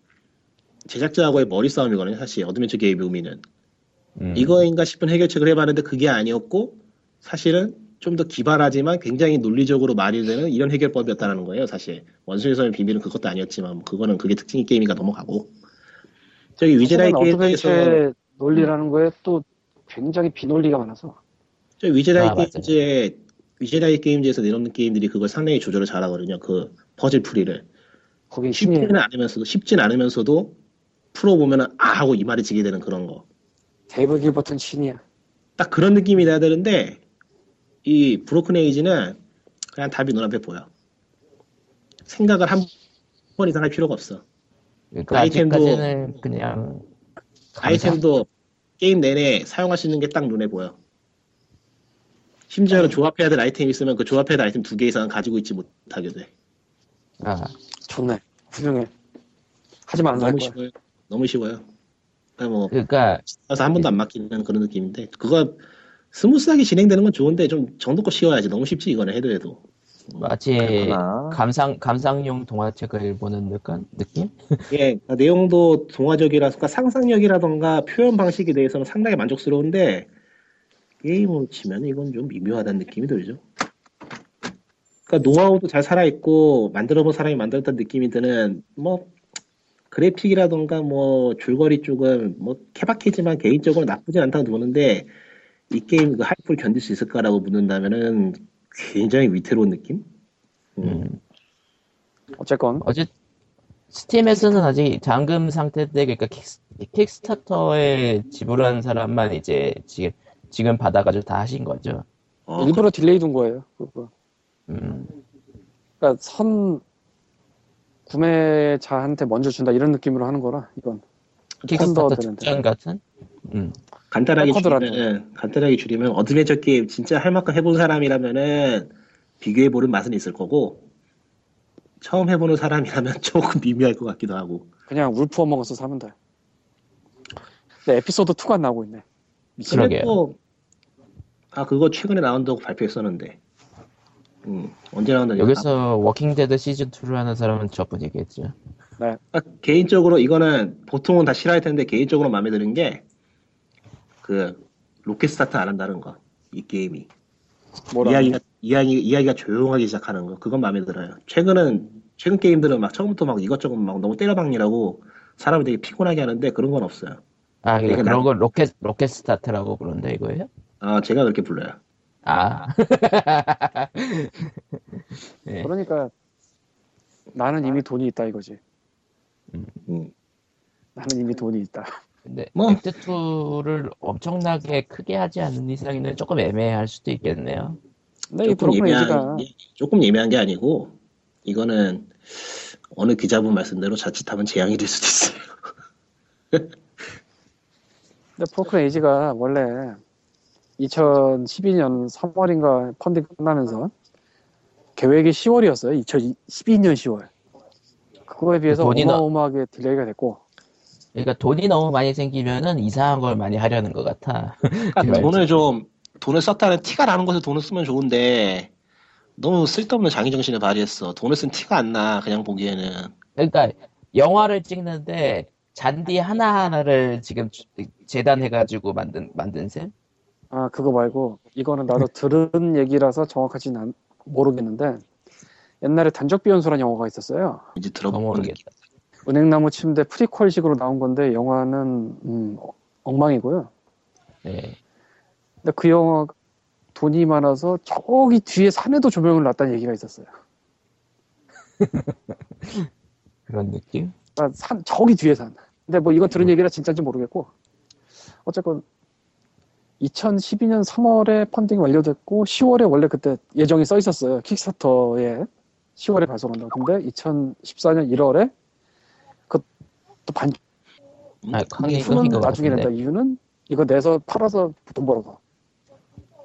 제작자하고의 머리 싸움이거든요. 사실 어드벤처 게임 묘미는. 음. 이거인가 싶은 해결책을 해봤는데 그게 아니었고 사실은 좀 더 기발하지만 굉장히 논리적으로 말이 되는 이런 해결법이었다는 거예요 사실 원숭이섬의 비밀은 그것도 아니었지만 뭐 그거는 그게 특징이 게임이니까 넘어가고 저기 위즈라이 하지만 게임즈에서 어드벤처의 논리라는 거에 또 굉장히 비논리가 많아서 저 위즈라이 아, 맞아요. 게임즈의 위즈라이 게임즈에서 내놓는 게임들이 그걸 상당히 조절을 잘하거든요 그 퍼즐 풀이를 거기 신이 예. 쉽지는 않으면서도 쉽진 않으면서도 풀어보면은 아 하고 이 말이 지게 되는 그런 거 데이브 길버튼 신이야. 딱 그런 느낌이 나야 되는데 이 브로큰 에이지는 그냥 답이 눈앞에 보여. 생각을 한 번 이상 할 필요가 없어. 그러니까 아이템도- 아직까지는 그냥 감사. 아이템도 게임 내내 사용할 수 있는 게 딱 눈에 보여. 심지어는 조합해야 될 아이템이 있으면 그 조합해야 될 아이템 두 개 이상은 가지고 있지 못하게 돼. 아, 좋네. 훌륭해. 하지만 안 살 너무 거야. 쉬워요. 너무 쉬워요. 그러니까 뭐 그러니까 그래서 한 번도 안 막히는 그런 느낌인데 그거 스무스하게 진행되는 건 좋은데 좀 정도껏 쉬워야지. 너무 쉽지 이거는 해도 해도. 마치 그렇구나. 감상 감상용 동화책을 보는 듯한 느낌? 예, 그러니까 내용도 동화적이라서 그러니까 상상력이라던가 표현 방식에 대해서는 상당히 만족스러운데 게임으로 뭐 치면 이건 좀 미묘하다는 느낌이 들죠. 그러니까 노하우도 잘 살아있고 만들어본 사람이 만들었다는 느낌이 드는 뭐 그래픽이라던가 뭐 줄거리 쪽은 뭐 케바케지만 개인적으로 나쁘진 않다고 보는데 이 게임 그 하이프를 견딜 수 있을까라고 묻는다면은 굉장히 위태로운 느낌? 음. 음. 아, 어쨌건 어제 스팀에서는 아직 잠금 상태인데 그러니까 킥스, 킥스타터에 지불한 사람만 이제 지금 지금 받아가지고 다 하신 거죠. 어, 일부러 딜레이 둔 거예요. 그거. 음. 그러니까 선 구매자한테 먼저 준다 이런 느낌으로 하는 거라 이건 킥스타터 되는데. 직전 같은? 음. 간단하게 커드라는. 줄이면 예, 간단하게 줄이면 어드벤처 게임 진짜 할 만큼 해본 사람이라면은 비교해 보는 맛은 있을 거고 처음 해보는 사람이라면 조금 미묘할 것 같기도 하고 그냥 울프 어먹어서 사면 돼. 근데 에피소드 2가 안 나오고 있네. 그러게요. 또, 아 그거 최근에 나온다고 발표했었는데 음, 언제 나온다니 여기서 워킹데드 시즌 2를 하는 사람은 저뿐이겠죠. 아, 개인적으로 이거는 보통은 다 싫어할 텐데 개인적으로 마음에 드는 게 그 로켓 스타트 안 한다는 거 이 게임이 뭐라. 이야기가 이야기 이야기가 조용하게 시작하는 거 그건 마음에 들어요. 최근은 최근 게임들은 막 처음부터 막 이것저것 막 너무 때려박느라고 사람을 되게 피곤하게 하는데 그런 건 없어요. 아, 이게 그러니까 나- 그런 걸 로켓, 로켓 스타트라고 부른다 이거예요? 아 제가 그렇게 불러요. 아. 네. 그러니까 나는 이미 돈이 있다 이거지. 음. 나는 이미 돈이 있다. 근데 뭐. 액트2를 엄청나게 크게 하지 않는 이상에는 조금 애매할 수도 있겠네요. 근데 이 조금 브로큰 예매한 에이지가 조금 예매한 게 아니고 이거는 어느 기자분 말씀대로 자칫하면 재앙이 될 수도 있어요. 근데 브로큰 에이지가 원래 2012년 3월인가 펀딩 끝나면서 계획이 10월이었어요. 2012년 10월. 그거에 비해서 돈이 나- 어마어마하게 딜레이가 됐고 그러니까 돈이 너무 많이 생기면은 이상한 걸 많이 하려는 것 같아. 그러니까 제발. 돈을 좀 돈을 썼다는 티가 나는 곳에 돈을 쓰면 좋은데 너무 쓸데없는 장애 정신을 발휘했어. 돈을 쓴 티가 안 나. 그냥 보기에는 그러니까 영화를 찍는데 잔디 하나하나를 지금 주- 재단해가지고 만든, 만든 셈? 아 그거 말고 이거는 나도 들은 얘기라서 정확하진 않, 모르겠는데 옛날에 단적 비연수라는 영화가 있었어요. 이제 너무 들어보는 느낌. 모르겠다. 은행나무 침대 프리퀄식으로 나온 건데 영화는 음, 어- 엉망이고요. 네. 근데 그 영화 돈이 많아서 저기 뒤에 산에도 조명을 놨다는 얘기가 있었어요. 그런 느낌? 아, 산 저기 뒤에 산. 근데 뭐 이건 들은 얘기라 진짜인지 모르겠고 어쨌건 2012년 3월에 펀딩이 완료됐고 10월에 원래 그때 예정이 써 있었어요 킥스타터에 10월에 발송한다. 근데 2014년 1월에 그또 반 아, 이 강의 품은 끊긴 것 나중에 낸다. 같은데. 이유는 이거 내서 팔아서 돈 벌어서.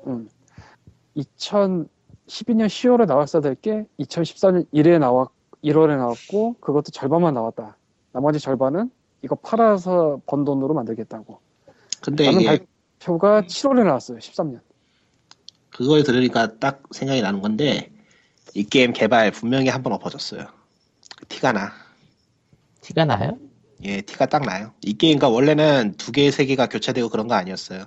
음. 2012년 10월에 나왔어야 될 게 2014년 1에 나왔 1월에 나왔고 그것도 절반만 나왔다. 나머지 절반은 이거 팔아서 번 돈으로 만들겠다고. 근데 나는 이게 발표가 7월에 나왔어요. 13년. 그걸 들으니까 딱 생각이 나는 건데 이 게임 개발 분명히 한 번 엎어졌어요. 티가 나. 티가 나요? 예, 티가 딱 나요. 이 게임과 그러니까 원래는 두 개, 세 개가 교차되고 그런 거 아니었어요.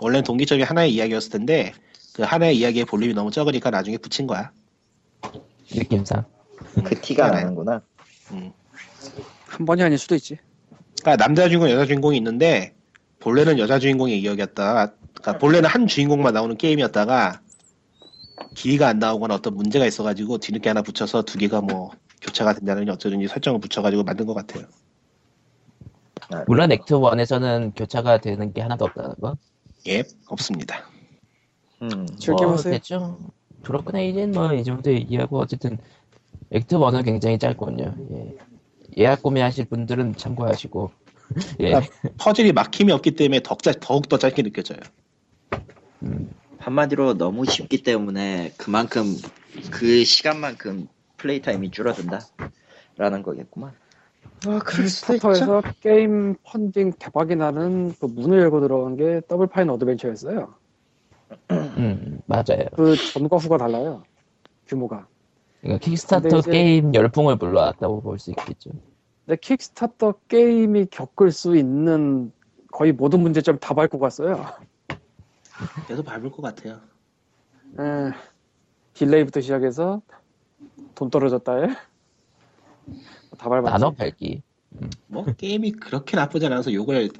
원래는 동기점이 하나의 이야기였을 텐데 그 하나의 이야기의 볼륨이 너무 적으니까 나중에 붙인 거야. 느낌상. 그 티가 네. 나요. 나는구나. 한 번이 아닐 수도 있지. 그러니까 남자 주인공, 여자 주인공이 있는데 본래는 여자 주인공의 이야기였다가 그러니까 본래는 한 주인공만 나오는 게임이었다가 길이가 안 나오거나 어떤 문제가 있어가지고 뒤늦게 하나 붙여서 두 개가 뭐 교차가 된다느니 어쩌든지 설정을 붙여가지고 만든 것 같아요. 아, 물론 액트1에서는 교차가 되는 게 하나도 없다는 거. 예, 없습니다. 음. 뭐 즐겨보세요. 대충 브로큰 에이지는 뭐이 정도 얘기하고 어쨌든 액트 1은 굉장히 짧군요. 예. 예약 구매하실 분들은 참고하시고 예. 아. 퍼즐이 막힘이 없기 때문에 덕 더욱 더 짧게 느껴져요. 한마디로 너무 쉽기 때문에 그만큼 그 시간만큼 플레이 타임이 줄어든다. 음. 라는 거겠구만. 아, 킥스타터에서 게임 펀딩 대박이 나는 그 문을 열고 들어간 게 더블 파인 어드벤처였어요. 음, 맞아요. 그 전과 후가 달라요. 규모가. 그러니까 킥스타터 근데 이제- 게임 열풍을 불러왔다고 볼 수 있겠죠. 근데 킥스타터 게임이 겪을 수 있는 거의 모든 문제점 다 밟고 갔어요. 계속 밟을 것 같아요. 에, 예. 딜레이부터 시작해서 돈 떨어졌다에 예. 뭐 다 밟았지. 나눠 팔기. 뭐 게임이 그렇게 나쁘지 않아서 욕을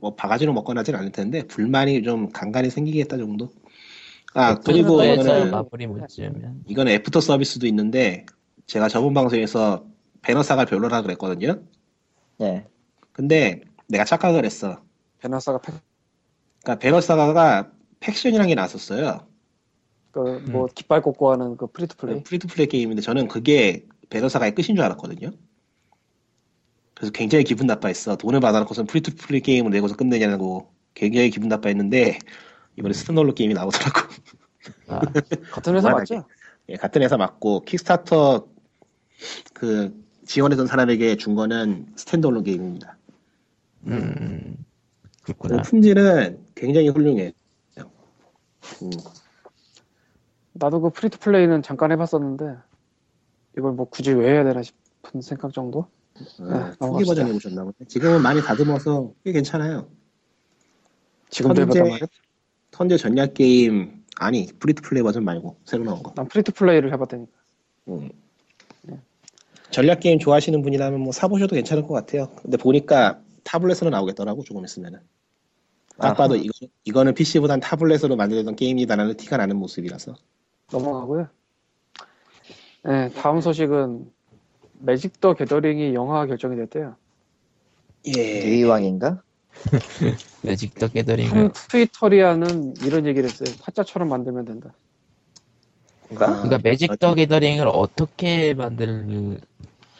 뭐 바가지로 먹거나 하진 않을 텐데 불만이 좀 간간히 생기겠다 정도. 아 그리고 에서 이거는 네, 마무리 못 지으면 이건 애프터 서비스도 있는데 제가 저번 방송에서 배너사가 별로라 그랬거든요. 네. 근데 내가 착각을 했어. 베나사가 팩- 그러니까 배너사가 팩션이라는 게 나왔었어요. 그뭐 깃발 꽂고 하는 그 음. 프리투플레이. 프리투플레이 게임인데 저는 그게 배너사가의 끝인 줄 알았거든요. 그래서 굉장히 기분 나빠했어. 돈을 받아놓고선 프리투플레이 게임을 내고서 끝내냐고 굉장히 기분 나빠했는데 이번에 스탠홀로 게임이 나오더라고. 아, 같은 회사 무한하게. 맞죠? 예, 같은 회사 맞고 킥스타터 그 지원했던 사람에게 준 거는 스탠드얼론 게임입니다. 음, 그리고 네. 그렇구나. 품질은 굉장히 훌륭해. 음, 나도 그 프리투플레이는 잠깐 해봤었는데 이걸 뭐 굳이 왜 해야 되나 싶은 생각 정도? 아, 넘어갑시다. 초기 버전 해보셨나 보네. 지금은 많이 다듬어서 꽤 괜찮아요. 지금도 현재- 해봤단 말이야. 턴제 전략 게임 아니 프리투플레이 버전 말고 새로 나온 거. 난 프리투플레이를 해봤다니까. 음. 전략 게임 좋아하시는 분이라면 뭐 사보셔도 괜찮을 것 같아요. 근데 보니까 타블렛으로 나오겠더라고 조금 있으면은. 딱 아하. 봐도 이거, 이거는 PC보단 타블렛으로 만들던 게임이다라는 티가 나는 모습이라서. 넘어가고요. 네, 다음 소식은 매직 더 게더링이 영화화 결정이 됐대요. 예. 대위왕인가? 네, 매직 더 예. 게더링을 한 트위터리아는 이런 얘기를 했어요. 타짜처럼 만들면 된다. 그러니까 매직 더 게더링을 어떻게 만들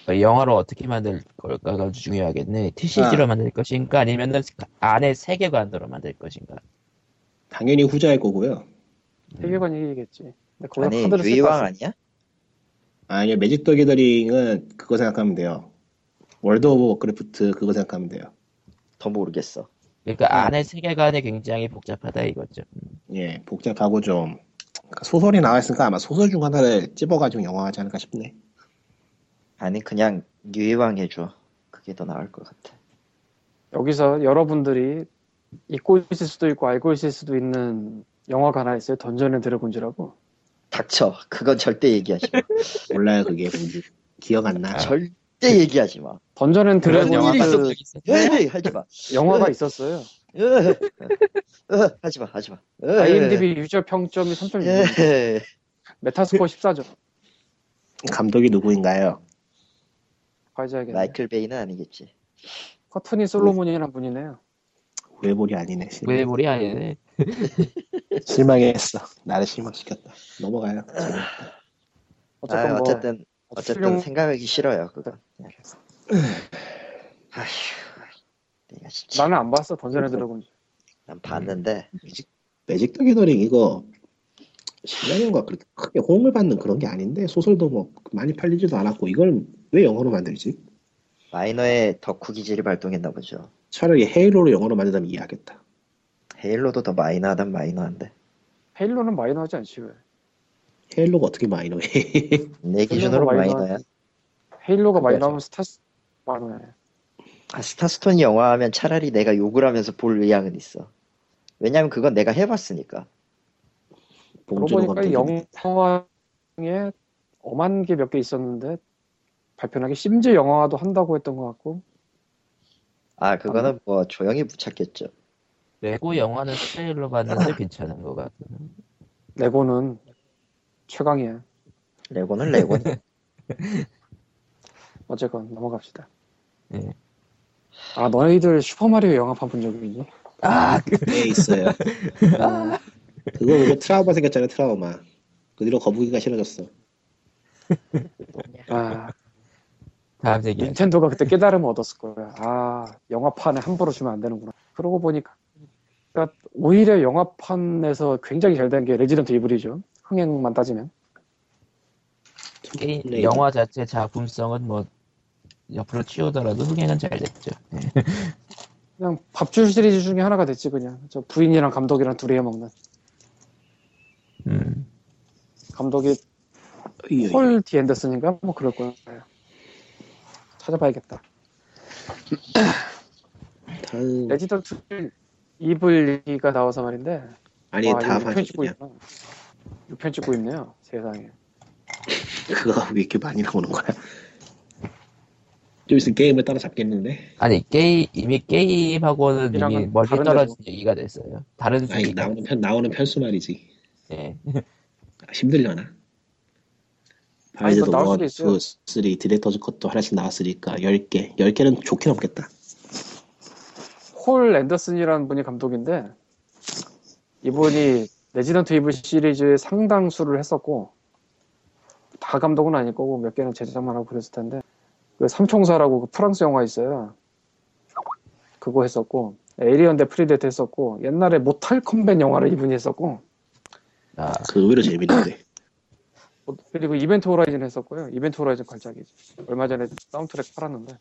그러니까 영화로 어떻게 만들 걸까가 아주 중요하겠네. TCG로 만들 것인가 아니면은 안에 세계관으로 만들 것인가. 당연히 후자일 거고요. 세계관 얘기겠지. 근데 거기다 아니 카드를 쓸거 유이왕 같아. 아니야? 아니요, 매직 더 게더링은 그거 생각하면 돼요. 월드 오브 워크래프트 그거 생각하면 돼요. 더 모르겠어. 그러니까 안에 세계관이 굉장히 복잡하다 이거죠. 음. 예, 복잡하고 좀 그러니까 소설이 나와있으니까 아마 소설 중 하나를 찝어가지고 영화하지 않을까 싶네. 아니 그냥 유이왕 해줘. 그게 더 나을 것 같아. 여기서 여러분들이 잊고 있을 수도 있고 알고 있을 수도 있는 영화가 하나 있어요. 던전 앤 드래곤즈라고. 닥쳐. 그건 절대 얘기하지 마. 몰라요, 그게 뭔지. 기억 안 아. 아. 나. 그- 절대 얘기하지 마. 던전 앤 그런 영화가 일이 드래곤즈 속속 있어. 에이, 하지 마. 영화가 있었어요. 에이, 에이, 어, 하지 마. 하지 마. 예. 에이. IMDb 유저 네. 평점이 3.6. 에이. 메타스코어 14점. 감독이 누구인가요? 봐야겠네. 마이클 베이는 아니겠지. 커튼이 솔로몬이라는 분이네요. 우에볼이 아니네. 실망. 왜 우리 아예 실망했어. 나를 실망시켰다. 넘어가요. 어쨌건 아, 뭐 어쨌든 어쨌든 훌륭- 생각하기 싫어요. 그건. 그냥. 아휴. 내가 진짜 나는 안 봤어 던전 그렇죠. 앤 드래곤즈. 난 봤는데 매직 더 게더링 이거 신라면과 그렇게 크게 호응을 받는 그런 게 아닌데 소설도 뭐 많이 팔리지도 않았고 이걸 왜 영어로 만들지? 마이너의 덕후 기질이 발동했나 보죠. 차라리 헤일로로 영어로 만들다면 이해하겠다. 헤일로도 더 마이너하단 마이너한데. 헤일로는 마이너하지 않지 왜? 헤일로가 어떻게 마이너해? 내 기준으로 마이너하지. 마이너야. 헤일로가 그거죠. 마이너하면 스타스 마이너야. 아, 스타스톤 영화 하면 차라리 내가 욕을 하면서 볼 의향은 있어. 왜냐면 그건 내가 해봤으니까. 봉준호 그러고 보니까 감독이 영화에 엄한 게 몇 개 있었는데 발표하기 심지어 영화화도 한다고 했던 것 같고 아, 그거는 뭐 조용히 붙였겠죠. 레고 영화는 트레일러 봤는데 괜찮은 것 같아. 레고는 최강이야. 레고는 레고. 어쨌건 넘어갑시다. 예. 아 너희들 슈퍼마리오 영화판 본 적 있니? 아, 꽤 네, 있어요. 아. 그거 보고 트라우마 생겼잖아요, 트라우마. 그 뒤로 거북이가 싫어졌어. 아 다음 예. 얘기. 닌텐도가 그때 깨달음을 얻었을 거야. 아 영화판에 함부로 주면 안 되는구나. 그러고 보니까 그러니까 오히려 영화판에서 굉장히 잘 된 게 레지던트 이블이죠. 흥행만 따지면. 게임, 네. 영화 자체 작품성은 뭐 옆으로 치우더라도 흥행은 잘 됐죠. 예. 그냥 밥줄 시리즈 중에 하나가 됐지 그냥 저 부인이랑 감독이랑 둘이 해먹는 음. 감독이 으이어이. 폴 디앤더슨인가 뭐 그럴 거예요 찾아봐야겠다 다음 레지던트 이블리가 나와서 말인데 아니 와, 다음 이거 6편 찍고 하시냐? 있구나 6편 찍고 있네요 세상에 그거 왜 이렇게 많이 나오는 거야? 좀 있으면 게임을 따라잡겠는데? 아니 게임 이미 게임하고는 이미 이랑은 멀리 다른 떨어진 얘기가 됐어요. 다른 아니 음. 소리가. 나오는 편 나오는 편수 말이지. 예. 아, 힘들려나? 아니, 바이저도 뭐 나올 수도 1, 2, 있어요. 3 디렉터즈 컷도 하나씩 나왔으니까 10개 10개는 좋게 넘겠다 폴 앤더슨이라는 분이 감독인데 이분이 레지던트 이블 시리즈의 상당수를 했었고 다 감독은 아닐 거고 몇 개는 제작만 하고 그랬을 텐데 그 삼총사라고 그 프랑스 영화 있어요 그거 했었고 에이리언 대 프리데트 했었고 옛날에 모탈 컴뱃 음. 영화를 이분이 했었고 아, 그 의외로 재밌는데 그리고 이벤트 호라이즌 했었고요 이벤트 호라이즌 걸작이지 얼마 전에 사운드트랙 팔았는데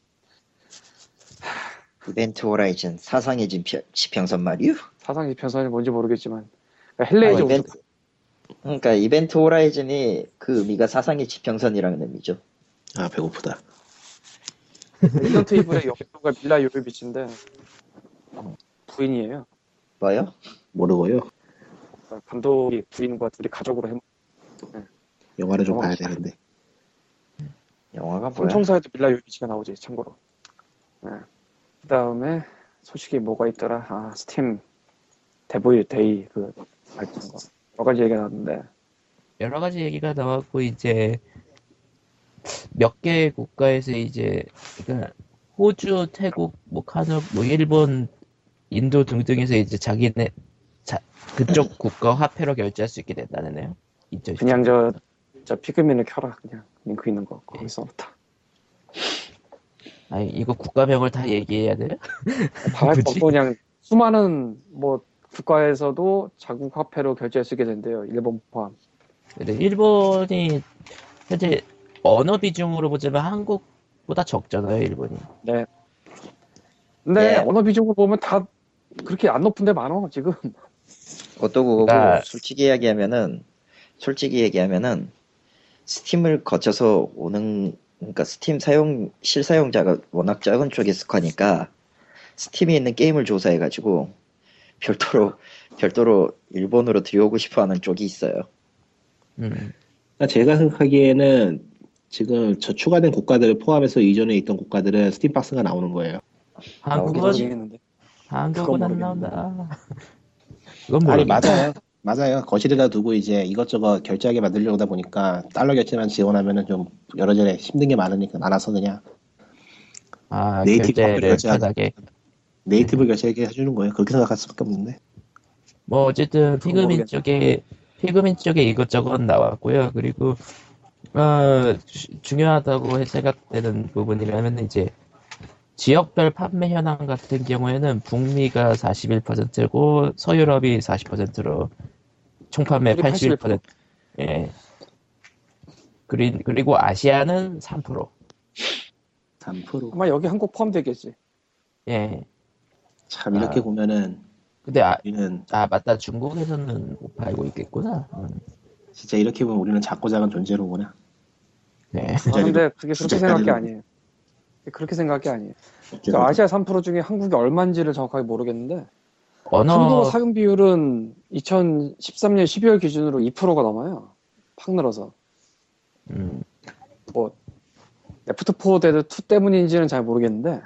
이벤트 호라이즌 사상의 지평, 지평선 말이요. 사상 지평선이 뭔지 모르겠지만 그러니까 아, 헬레이저 우주 이벤트. 그러니까 이벤트 호라이즌이 그 의미가 사상의 지평선이라는 의미죠. 아 배고프다 레지던트 이블의 역주가 밀라 요르비치인데 부인이에요. 뭐요? 모르고요 그러니까 감독이 부인과 둘이 가족으로 해. 영화를 좀 어. 봐야 되는데 영화가 뭐야? 삼총사에도 밀라 요르비치가 나오지 참고로. 그 다음에 소식이 뭐가 있더라? 아, 스팀 데브유 데이 그 발표한 거. 여러 가지 얘기가 나왔는데. 여러 가지 얘기가 나왔고 이제 몇 개 국가에서 이제 그러니까 호주, 태국, 뭐 카자흐, 뭐 일본, 인도 등등에서 이제 자기네 자, 그쪽 국가 화폐로 결제할 수 있게 된다네요. 2017. 그냥 저, 저 피그민을 켜라. 그냥 링크 있는 거 거기서 다. 아니 이거 국가명을 다 얘기해야 돼요? 다할 굳이? 거고 그냥 수많은 뭐 국가에서도 자국 화폐로 결제할 수 있게 된대요. 일본 포함. 근데 일본이 현재 언어 비중으로 보자면 한국보다 적잖아요, 일본이. 근데 네. 예. 언어 비중으로 보면 다 그렇게 안 높은 데 많어 지금. 그것도 그거고 그러니까- 솔직히 이야기하면은 솔직히 얘기하면은 스팀을 거쳐서 오는 그러니까 스팀 사용 실사용자가 워낙 작은 쪽에 속하니까 스팀에 있는 게임을 조사해 가지고 별도로 별도로 일본으로 들여오고 싶어 하는 쪽이 있어요. 음. 그러니까 제가 생각하기에는 지금 저 추가된 국가들을 포함해서 이전에 있던 국가들은 스팀박스가 나오는 거예요. 뭐 한국은 네. 모르겠는데. 한국은 안 그건 나온다. 그건 아니 모르겠네. 맞아요. 맞아요. 거실에다 두고 이제 이것저것 결제하게 만들려다 보니까 달러 결제만 지원하면은 좀 여러 전에 힘든 게 많으니까 많아서 그냥 아, 네이티브 결제를 커플까지 편하게. 네이티브 결제하게 해주는 거예요. 그렇게 생각할 수밖에 없는데. 뭐 어쨌든 그건 피그민 모르겠네. 쪽에 피그민 쪽에 이것저것 나왔고요. 그리고 어, 주- 중요하다고 생각되는 부분이라면 이제 지역별 판매 현황 같은 경우에는 북미가 41%고 서유럽이 40%로 총 판매 그게 81%. 예. 그리, 그리고 아시아는 3%. 3% 아마 여기 한국 포함되겠지. 예. 참 이렇게 아. 보면은 근데 아, 우리는 아 맞다. 중국에서는 못 팔고 있겠구나. 음, 진짜 이렇게 보면 우리는 작고 작은 존재로구나. 네. 아, 근데 그게 진짜 그렇게 생각이 자리로. 아니에요. 그렇게 생각이 아니에요. 존재로. 그러니까 아시아 3% 중에 한국이 얼마인지를 정확하게 모르겠는데 한국어 언어 사용 비율은 2013년 12월 기준으로 2%가 넘어요. 팍 늘어서. 음, 레프트4 데드 2 때문인지는 잘 모르겠는데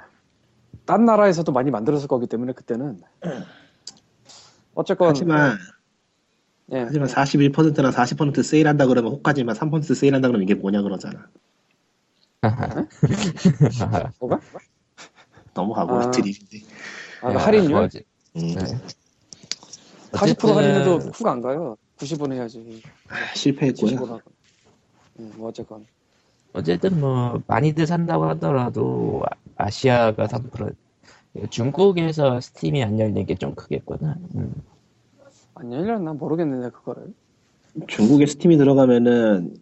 딴 나라에서도 많이 만들었을 거기 때문에 그때는 음. 어쨌건 하지만 예. 하지만 41%나 40% 세일한다 그러면 혹하지만 3% 세일한다 그러면 이게 뭐냐 그러잖아. 뭐가? 넘어가고 아. 드립인데. 아, 할인율? 뭐지? 음, 네. 40% 할인해도 어쨌든- 네. 후가 안 가요. 90원 해야지. 아, 70원 실패했고요. 하고. 음, 뭐 어쨌건 어쨌든 뭐 많이들 산다고 하더라도 아- 아시아가 3% 중국에서 스팀이 안 열리는 게 좀 크겠구나. 음. 안 열렸나 모르겠는데 그거를. 중국에 스팀이 들어가면은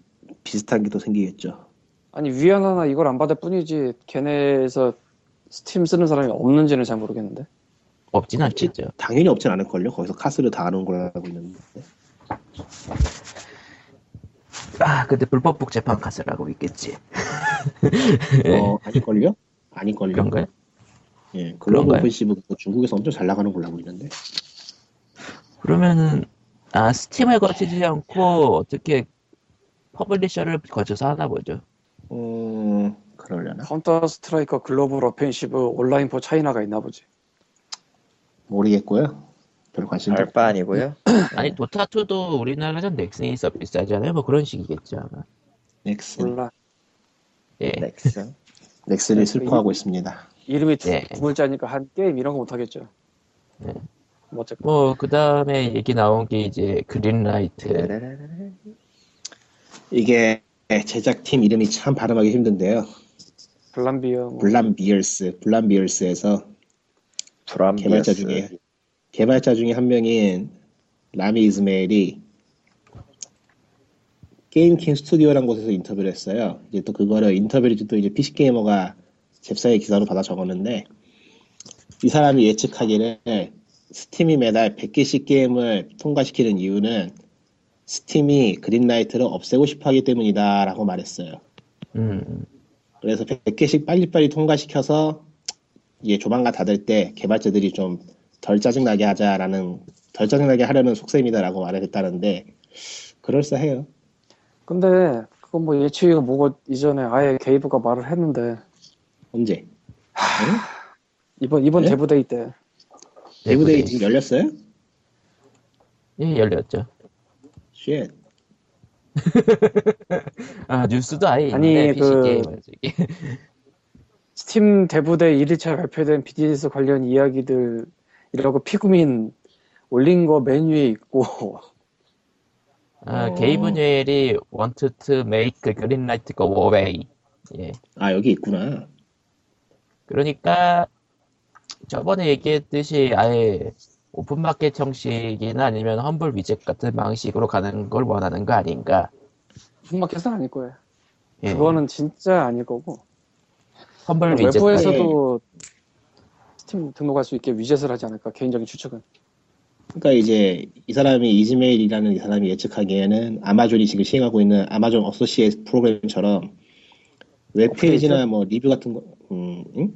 비슷한 게 또 생기겠죠. 아니 위안화나 이걸 안 받을 뿐이지 걔네에서 스팀 쓰는 사람이 없는지는 잘 모르겠는데. 없진 않겠죠. 당연히 없진 않을걸요. 거기서 카스를 다 하는 걸로 알고 있는데. 아 근데 불법 복제판 카스라고 있겠지. 어, 아닐걸요? 아닐걸요? 예. 그런가요? 예, 글로벌 그런가요? 오픈시브 그거 중국에서 엄청 잘 나가는 걸로 알고 있는데. 그러면은 아 스팀을 거치지 않고 어떻게 퍼블리셔를 거쳐서 하나 보죠. 음, 네. 그러려나? 카운터 스트라이커 글로벌 어펜시브 온라인 포 차이나가 있나 보지. 모르겠고요. 별 관심도 별바 아니고요. 아니 도타 2도 우리나라에선 넥슨이 서비스하잖아요. 뭐 그런 식이겠죠. 아마. 네. 넥슨. 몰라. 예. 네. 넥슨. 넥슨을 슬퍼하고 있습니다. 이름이 예. 두, 두 글자니까 한 게임 이런 거 못 하겠죠. 네. 뭐 어쨌건 뭐 그 다음에 얘기 나온 게 이제 네, 그린라이트. 라라라라. 이게 제작팀 이름이 참 발음하기 힘든데요. 글람비어 뭐 블람 비얼스, 블람 비얼스에서 개발자 중에 브람비어스. 개발자 중에 한 명인 라미 이즈메일이 게임킹 스튜디오라는 곳에서 인터뷰를 했어요. 이제 또 그거를 인터뷰를 또 이제 PC 게이머가 잽싸게 기사로 받아 적었는데 이 사람이 예측하기를 스팀이 매달 100개씩 게임을 통과시키는 이유는 스팀이 그린라이트를 없애고 싶어하기 때문이다라고 말했어요. 음. 그래서 100개씩 빨리빨리 통과시켜서 이제 조만간 닫을 때 개발자들이 좀 덜 짜증나게 하자라는 덜 짜증나게 하려는 속셈이다라고 말을 했다는데 그럴싸해요. 근데 그건 뭐 예측이고 뭐고 이전에 아예 게이브가 말을 했는데 언제? 이번 이번 네? 대부데이 때 네, 데브데이 지금 열렸어요? 예, 열렸죠. 쉣. 아, 뉴스도 아예 아니, 있는데, PC 그- 게임에서 이게. 스팀 대부데이 1일차 발표된 비즈니스 관련 이야기들 이라고 피그민 올린 거 메뉴에 있고 아, 어. 게이브 뉴엘이 want to make greenlight go away. 예. 아 여기 있구나. 그러니까 저번에 얘기했듯이 아예 오픈마켓 형식이나 아니면 험블 위젯 같은 방식으로 가는 걸 원하는 거 아닌가. 북마켓은 아닐 거예요. 예. 그거는 진짜 아닐 거고 험블 위젯 같은- 외부에서도 스팀 등록할 수 있게 위젯을 하지 않을까 개인적인 추측은. 그러니까 이제 이 사람이 이즈메일이라는 이 사람이 예측하기에는 아마존이 지금 시행하고 있는 아마존 어소시에이트 프로그램처럼 웹페이지나 뭐 리뷰 같은 거, 음, 응?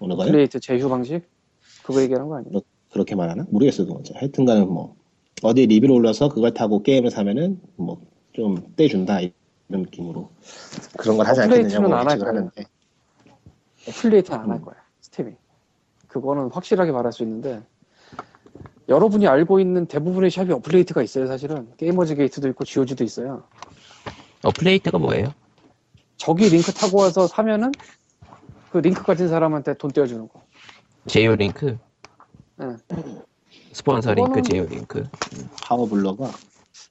어느 거요? 플레이트 제휴 방식 그거 얘기하는 거 아니에요? 그렇게 말하나? 모르겠어 그건. 잘. 하여튼간에 뭐 어디 리뷰를 올려서 그걸 타고 게임을 사면은 뭐 좀 떼준다 이런 느낌으로 그런 걸 하지 업그레이드는 않겠느냐고 안할 예측을 거예요. 하는데. 플레이트 안 할 음. 거야 스팀이. 그거는 확실하게 말할 수 있는데 여러분이 알고 있는 대부분의 샵이 어플레이트가 있어요 사실은 게이머즈 게이트도 있고 GOG도 있어요. 어, 플레이트가 뭐예요? 저기 링크 타고 와서 사면은 그 링크 가진 사람한테 돈 떼어주는 거. 제휴 링크? 응. 스폰서 링크, 그거는- 제휴 링크. 파워블러가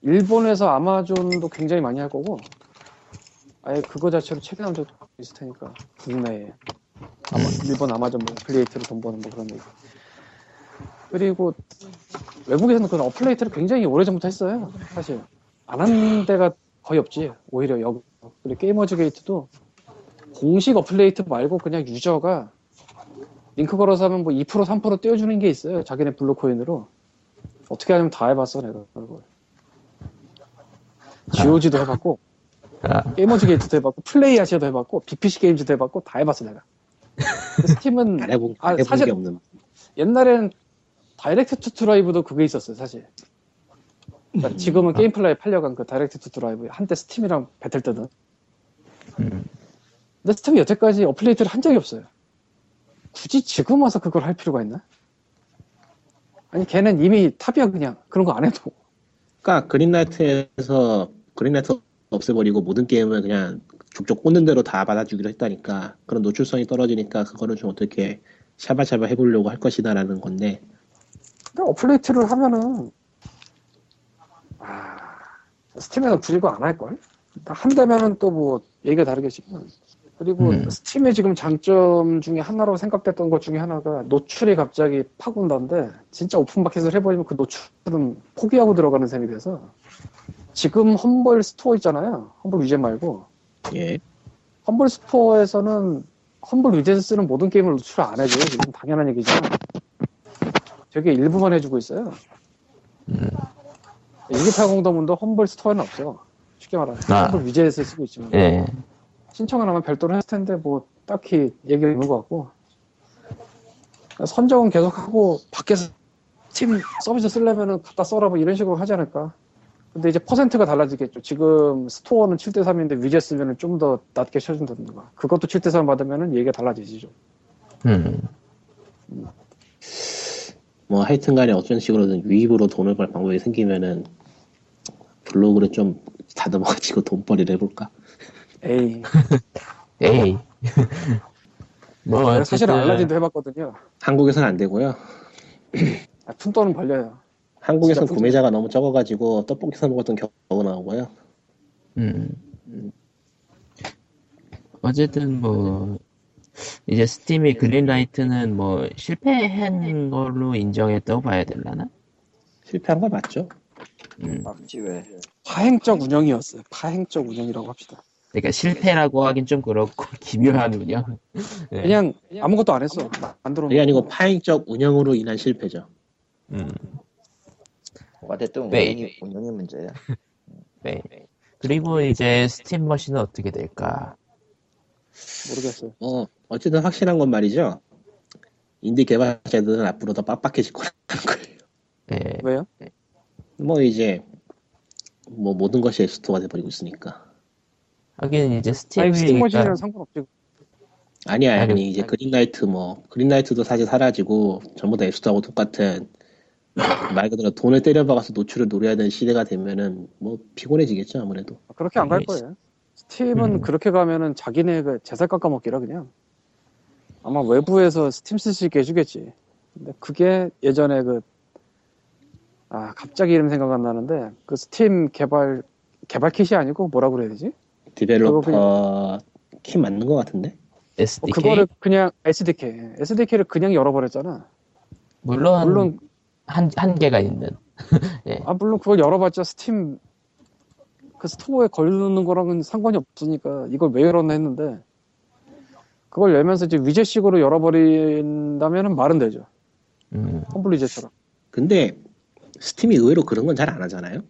일본에서 아마존도 굉장히 많이 할 거고 아예 그거 자체로 체계남 적도 있을 테니까 국내에 아마 일본 아마존 뭐 플레이트로 돈 버는 뭐 그런 얘기 그리고 외국에서는 그런 어플레이트를 굉장히 오래전부터 했어요 사실 안 하는 데가 거의 없지 오히려 여기 그리고 게이머즈 게이트도 공식 어플레이트 말고 그냥 유저가 링크 걸어서 하면 뭐2% 3% 떼어주는 게 있어요 자기네 블루코인으로 어떻게 하냐면 다 해봤어 내가 그걸 GOG도 해봤고 아. 게이머즈 게이트도 해봤고 플레이 아시아도 해봤고 BPC 게임즈도 해봤고 다 해봤어 내가 근데 스팀은 안 해본, 아, 안 해본 사실- 게 없는 옛날엔 다이렉트 투 드라이브도 그게 있었어요 사실 그러니까 지금은 게임플라이 팔려간 그 다이렉트 투 드라이브 한때 스팀이랑 배틀 때는 음. 근데 스팀이 여태까지 어플레이트를 한 적이 없어요 굳이 지금 와서 그걸 할 필요가 있나? 아니 걔는 이미 탑이야 그냥 그런 거 안 해도 그러니까 그린라이트에서 그린라이트 없애버리고 모든 게임을 그냥 족족 꽂는 대로 다 받아주기로 했다니까 그런 노출성이 떨어지니까 그거를 좀 어떻게 샤바샤바 해보려고 할 것이다라는 건데 근데 어플레이트를 하면은 아 스팀에서 굳이 이거 안 할걸? 다 한다면은 또 뭐 얘기가 다르겠지만 그리고 음. 스팀의 지금 장점 중에 하나로 생각됐던 것 중에 하나가 노출이 갑자기 파군다인데 진짜 오픈마켓을 해버리면 그 노출은 포기하고 들어가는 셈이 돼서 지금 험벌 스토어 있잖아요 험벌 위젯 말고 예 험벌 스토어에서는 험벌 위젯을 쓰는 모든 게임을 노출 안 해줘요 지금 당연한 얘기지만 되게 일부만 해주고 있어요 음. 1기타 공동문도 험벌 스토어는 없어. 쉽게 말하면 아. 험벌 위젯을 쓰고 있지만 예. 신청을 하면 별도로 했을 텐데 뭐 딱히 얘기가 없는 것 같고 선정은 계속하고 밖에서 팀 서비스 쓰려면은 갖다 써라 뭐 이런 식으로 하지 않을까. 근데 이제 퍼센트가 달라지겠죠. 지금 스토어는 7대 3인데 위젯 쓰면은 좀 더 낮게 쳐준다든가. 그것도 7대 3 받으면은 얘기가 달라지지 좀. 음. 뭐 하여튼간에 어떤 식으로든 유입으로 돈을 벌 방법이 생기면은 블로그를 좀 다듬어가지고 돈벌이를 해볼까 에이. 에이. 뭐, 내가 사실 어쨌든 알라딘도 해봤거든요. 한국에선 안 되고요 아, 푼돈은 벌려요. 한국에선 진짜 구매자가 너무 적어가지고 떡볶이 사 먹었던 경우가 나오고요 음. 어쨌든 뭐 이제 스팀이 그린라이트는 뭐 실패한 걸로 인정했다고 봐야 되려나? 실패한 거 맞죠 음. 막지 왜? 파행적 운영이었어요. 파행적 운영이라고 합시다. 그러니까 실패라고 하긴 좀 그렇고 기묘한 운영. 네. 그냥 아무것도 안 했어. 안 들어온 그게 아니고 파행적 운영으로 인한 실패죠 음. 어쨌든 네. 운영이 운영이 문제야. 네. 그리고 이제 스팀 머신은 어떻게 될까? 모르겠어요. 어, 어쨌든 확실한 건 말이죠. 인디 개발자들은 앞으로 더 빡빡해질 거라는 거예요. 예. 네. 왜요? 뭐 이제 뭐 모든 것이 앱스토어가 돼버리고 있으니까. 하긴 이제 아니 스팀이 네, 스팀머신이랑 그러니까 상관없지. 아니야, 아니, 아니, 이제 아니. 그린라이트 뭐, 그린라이트도 사실 사라지고, 전부 다 앱스토어하고 똑같은, 말 그대로 돈을 때려박아서 노출을 노려야 되는 시대가 되면은, 뭐, 피곤해지겠죠, 아무래도. 그렇게 안 네. 갈 아니, 거예요. 스팀은 음. 그렇게 가면은 자기네가 그 재살 깎아먹기라 그냥. 아마 외부에서 스팀 쓸 수 있게 해주겠지. 근데 그게 예전에 그, 아, 갑자기 이름 생각 안 나는데, 그 스팀 개발, 개발 kit이 아니고 뭐라 그래야 되지? 디벨로퍼, 키 맞는 것 같은데? 어, SDK 그거를 그냥 SDK, SDK를 그냥 열어버렸잖아. 음. 물론, 물론, 한 한계가 있는 아, 물론 그걸 열어봤자 스팀, 그 스토어에 걸리는 거랑은 상관이 없으니까 이걸 왜 열었나 했는데, 그걸 열면서 이제 위젯식으로 열어버린다면 말은 되죠. 음, 험블 위젯처럼. 근데, 스팀이 의외로 그런 건 잘 안 하잖아요?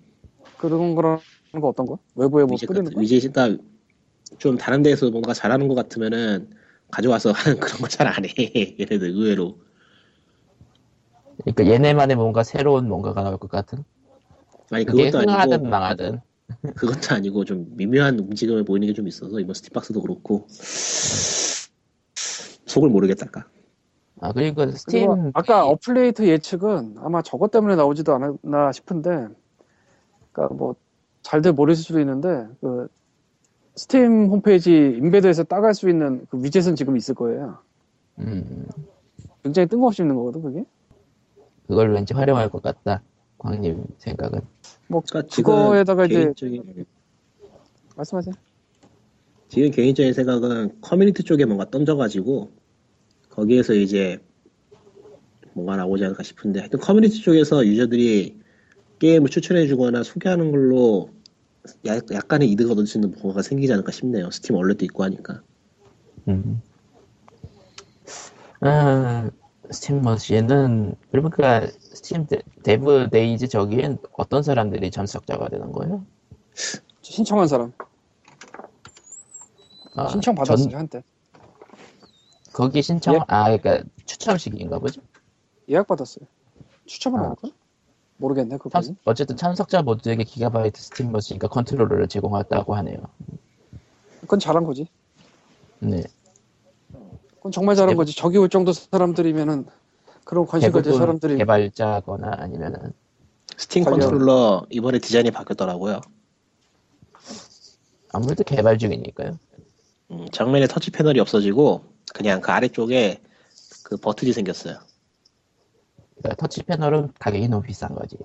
그런 거라는 거 어떤 거? 외부에 뭐 위젯 뿌리는 같은, 거? 위젯, 그러니까, 좀 다른 데에서 뭔가 잘하는 것 같으면은, 가져와서 하는 그런 거 잘 안 해. 얘네들 의외로. 그러니까 얘네만의 뭔가 새로운 뭔가가 나올 것 같은 아니, 그게 그것도 아니고. 흥하든 망하든 그것도 아니고 좀 미묘한 움직임을 보이는 게 좀 있어서 이번 스팀박스도 그렇고 속을 모르겠달까 아 그리고 스팀 그리고 아까 어플레이트 예측은 아마 저것 때문에 나오지도 않았나 싶은데, 그러니까 뭐 잘들 모르실 수도 있는데 그 스팀 홈페이지 인베드에서 따갈 수 있는 그 위젯은 지금 있을 거예요. 음, 굉장히 뜬금없이 있는 거거든 그게. 그걸 왠지 활용할 것 같다 광님 생각은 뭐 그러니까 지금 그거에다가 이제 개인적인, 말씀하세요. 지금 개인적인 생각은 커뮤니티 쪽에 뭔가 던져가지고 거기에서 이제 뭔가 나오지 않을까 싶은데 하여튼 커뮤니티 쪽에서 유저들이 게임을 추천해주거나 소개하는 걸로 야- 약간의 이득을 얻을 수 있는 뭔가가 생기지 않을까 싶네요 스팀 얼렛도 있고 하니까 음. 아, 스팀 머신은 그러니까 스팀 데- 데브 데이즈 저기엔 어떤 사람들이 참석자가 되는 거예요? 신청한 사람 아, 신청 받았어요 한때 전- 거기 신청 예. 아 그러니까 추첨식인가 보죠? 예약 받았어요. 추첨을 아. 안 할까? 모르겠네 그거. 참- 어쨌든 참석자 모두에게 기가바이트 스팀 머신과 컨트롤러를 제공했다고 하네요. 그건 잘한 거지. 네. 그건 정말 잘한 대부- 거지. 저기 올 정도 사람들이면은 그런 관심 가질 대부분 사람들이 개발자거나 아니면은 스팀 관련- 컨트롤러 이번에 디자인이 바뀌었더라고요 아무래도 개발 중이니까요. 음, 정면에 터치 패널이 없어지고 그냥 그 아래쪽에 그 버튼이 생겼어요. 그러니까 터치 패널은 가격이 너무 비싼 거지.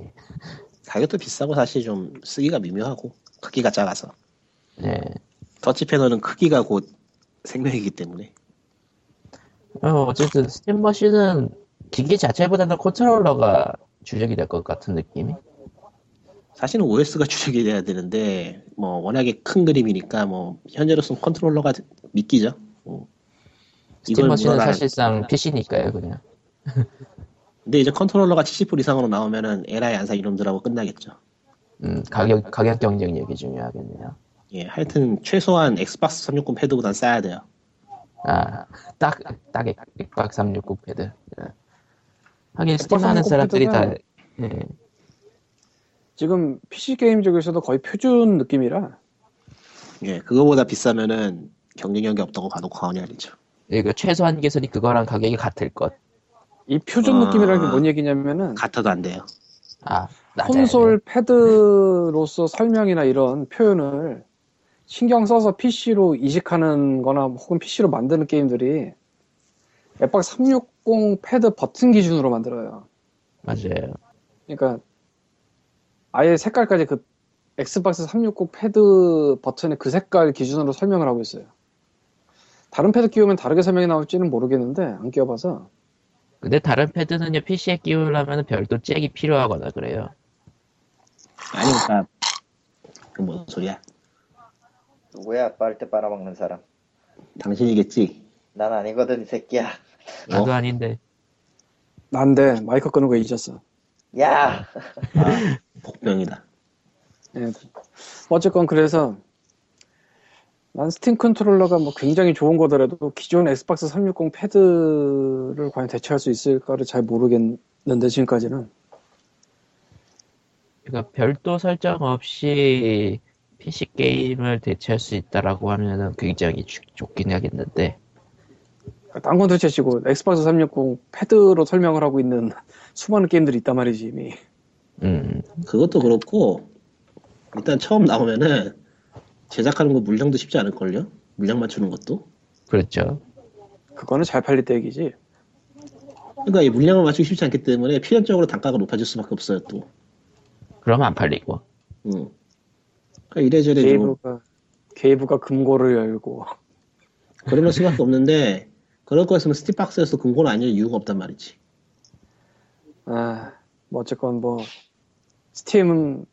가격도 비싸고 사실 좀 쓰기가 미묘하고 크기가 작아서 네. 터치 패널은 크기가 곧 생명이기 때문에 어, 어쨌든 스팀 머신은 기계 자체보다는 컨트롤러가 주력이 될 것 같은 느낌이. 사실은 OS가 주력이 돼야 되는데 뭐 워낙에 큰 그림이니까 뭐 현재로서는 컨트롤러가 미끼죠. 음. 스팀 이걸 머신은 물어나는- 사실상 PC니까요, 그냥. 근데 이제 컨트롤러가 70불 이상으로 나오면은 에라이 안사 이놈들하고 끝나겠죠. 음, 가격 가격 경쟁력이 중요하겠네요. 예, 하여튼 최소한 엑스박스 360 패드보단 싸야 돼요. 아, 딱, 딱, 엑박 369 패드. 예. 하긴 스팀 엑박 하는 369 사람들이 다, 패드가- 예. 지금 PC 게임 쪽에서도 거의 표준 느낌이라 예, 그거보다 비싸면은 경쟁력이 없다고 봐도 과언이 아니죠. 그러니까 최소한 개선이 그거랑 가격이 같을 것. 이 표준 아. 느낌이라는 게 뭔 얘기냐면은 같아도 안 돼요. 아, 낮아야 콘솔 패드로서 설명이나 이런 표현을 신경 써서 PC로 이식하는 거나 혹은 PC로 만드는 게임들이 앱박 360 패드 버튼 기준으로 만들어요. 돼. 맞아요. 그러니까 아예 색깔까지 그 엑스박스 360 패드 버튼의 그 색깔 기준으로 설명을 하고 있어요. 다른 패드 끼우면 다르게 설명이 나올지는 모르겠는데 안 끼워봐서 근데 다른 패드는요, PC에 끼우려면 별도 잭이 필요하거나 그래요. 아니, 그니까, 그뭔 소리야. 누구야 빨대 빨아먹는 사람 당신이겠지. 난 아니거든 이 새끼야 나도 어? 아닌데. 난데 네, 마이크 끄는 거 잊었어. 야 아, 복병이다. 예. 어쨌건 그래서 난 스팀 컨트롤러가 뭐 굉장히 좋은 거더라도 기존 엑스박스 360 패드를 과연 대체할 수 있을까를 잘 모르겠는데 지금까지는 그러니까 별도 설정 없이 PC 게임을 대체할 수 있다라고 하면은 굉장히 좋- 좋긴 하겠는데. 딴 건 도대체 치고 엑스박스 360 패드로 설명을 하고 있는 수많은 게임들이 있단 말이지 이미. 음. 그것도 그렇고 일단 처음 나오면은 제작하는 거 물량도 쉽지 않을걸요? 물량 맞추는 것도? 그렇죠. 그거는 잘 팔릴 때 얘기지. 그러니까 이 물량을 맞추기 쉽지 않기 때문에 필연적으로 단가가 높아질 수밖에 없어요 또. 그러면 안 팔리고. 음. 그러니까 이래저래 좀 게이브가 게이브가 금고를 열고 그럴 수밖에 없는데 그럴 거였으면 스팀박스에서 금고는 아닐 이유가 없단 말이지. 아, 뭐 어쨌건 뭐 스팀은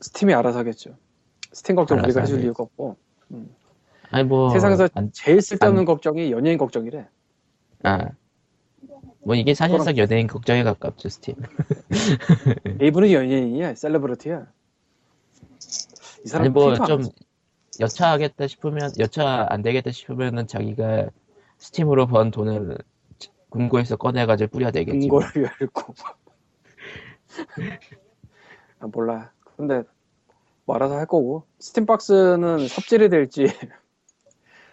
스팀이 알아서 하겠죠. 스팀 걱정 알아서 우리가 해줄 하겠지. 이유가 없고 아니 뭐 세상에서 안- 제일 쓸데없는 걱정이 연예인 걱정이래. 아. 뭐 이게 사실상 연예인 걱정에 가깝죠 스팀. 네. 게이브는 연예인이야, 셀레브리티야. 이 사람 아니 은 뭐 좀 여차하겠다 싶으면 여차 안 되겠다 싶으면은 자기가 스팀으로 번 돈을 금고에서 꺼내가지고 뿌려 대겠지. 금고를 열고 아, 몰라. 근데 뭐 알아서 할 거고 스팀박스는 삽질이 될지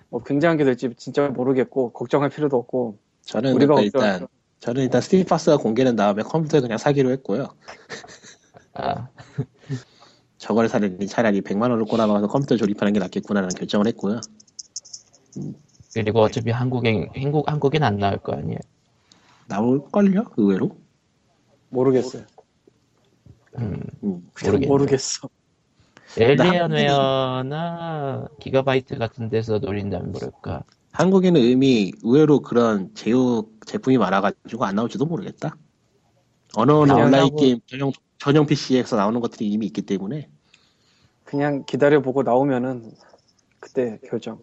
뭐 굉장한 게 될지 진짜 모르겠고 걱정할 필요도 없고 저는 우리가 그러니까 걱정할 일단 저는 일단 스팀박스가 공개된 다음에 컴퓨터에 그냥 사기로 했고요. 아, 저걸 사려니 차라리 100만 원을 꼬라박아서 컴퓨터 조립하는 게 낫겠구나라는 결정을 했고요. 그리고 어차피 한국엔 한국 한국엔 안 나올 거 아니에요. 나올걸요? 의외로? 모르겠어요. 음, 음. 모르겠네. 모르겠어. 엘리언웨어나 기가바이트 같은 데서 노린다면 모를까. 한국에는 이미 의외로 그런 제휴 제품이 많아가지고 안 나올지도 모르겠다. 언어나 나오려고- 뭐 온라인 게임 전용, 전용 PC에서 나오는 것들이 이미 있기 때문에 그냥 기다려보고 나오면은 그때 결정.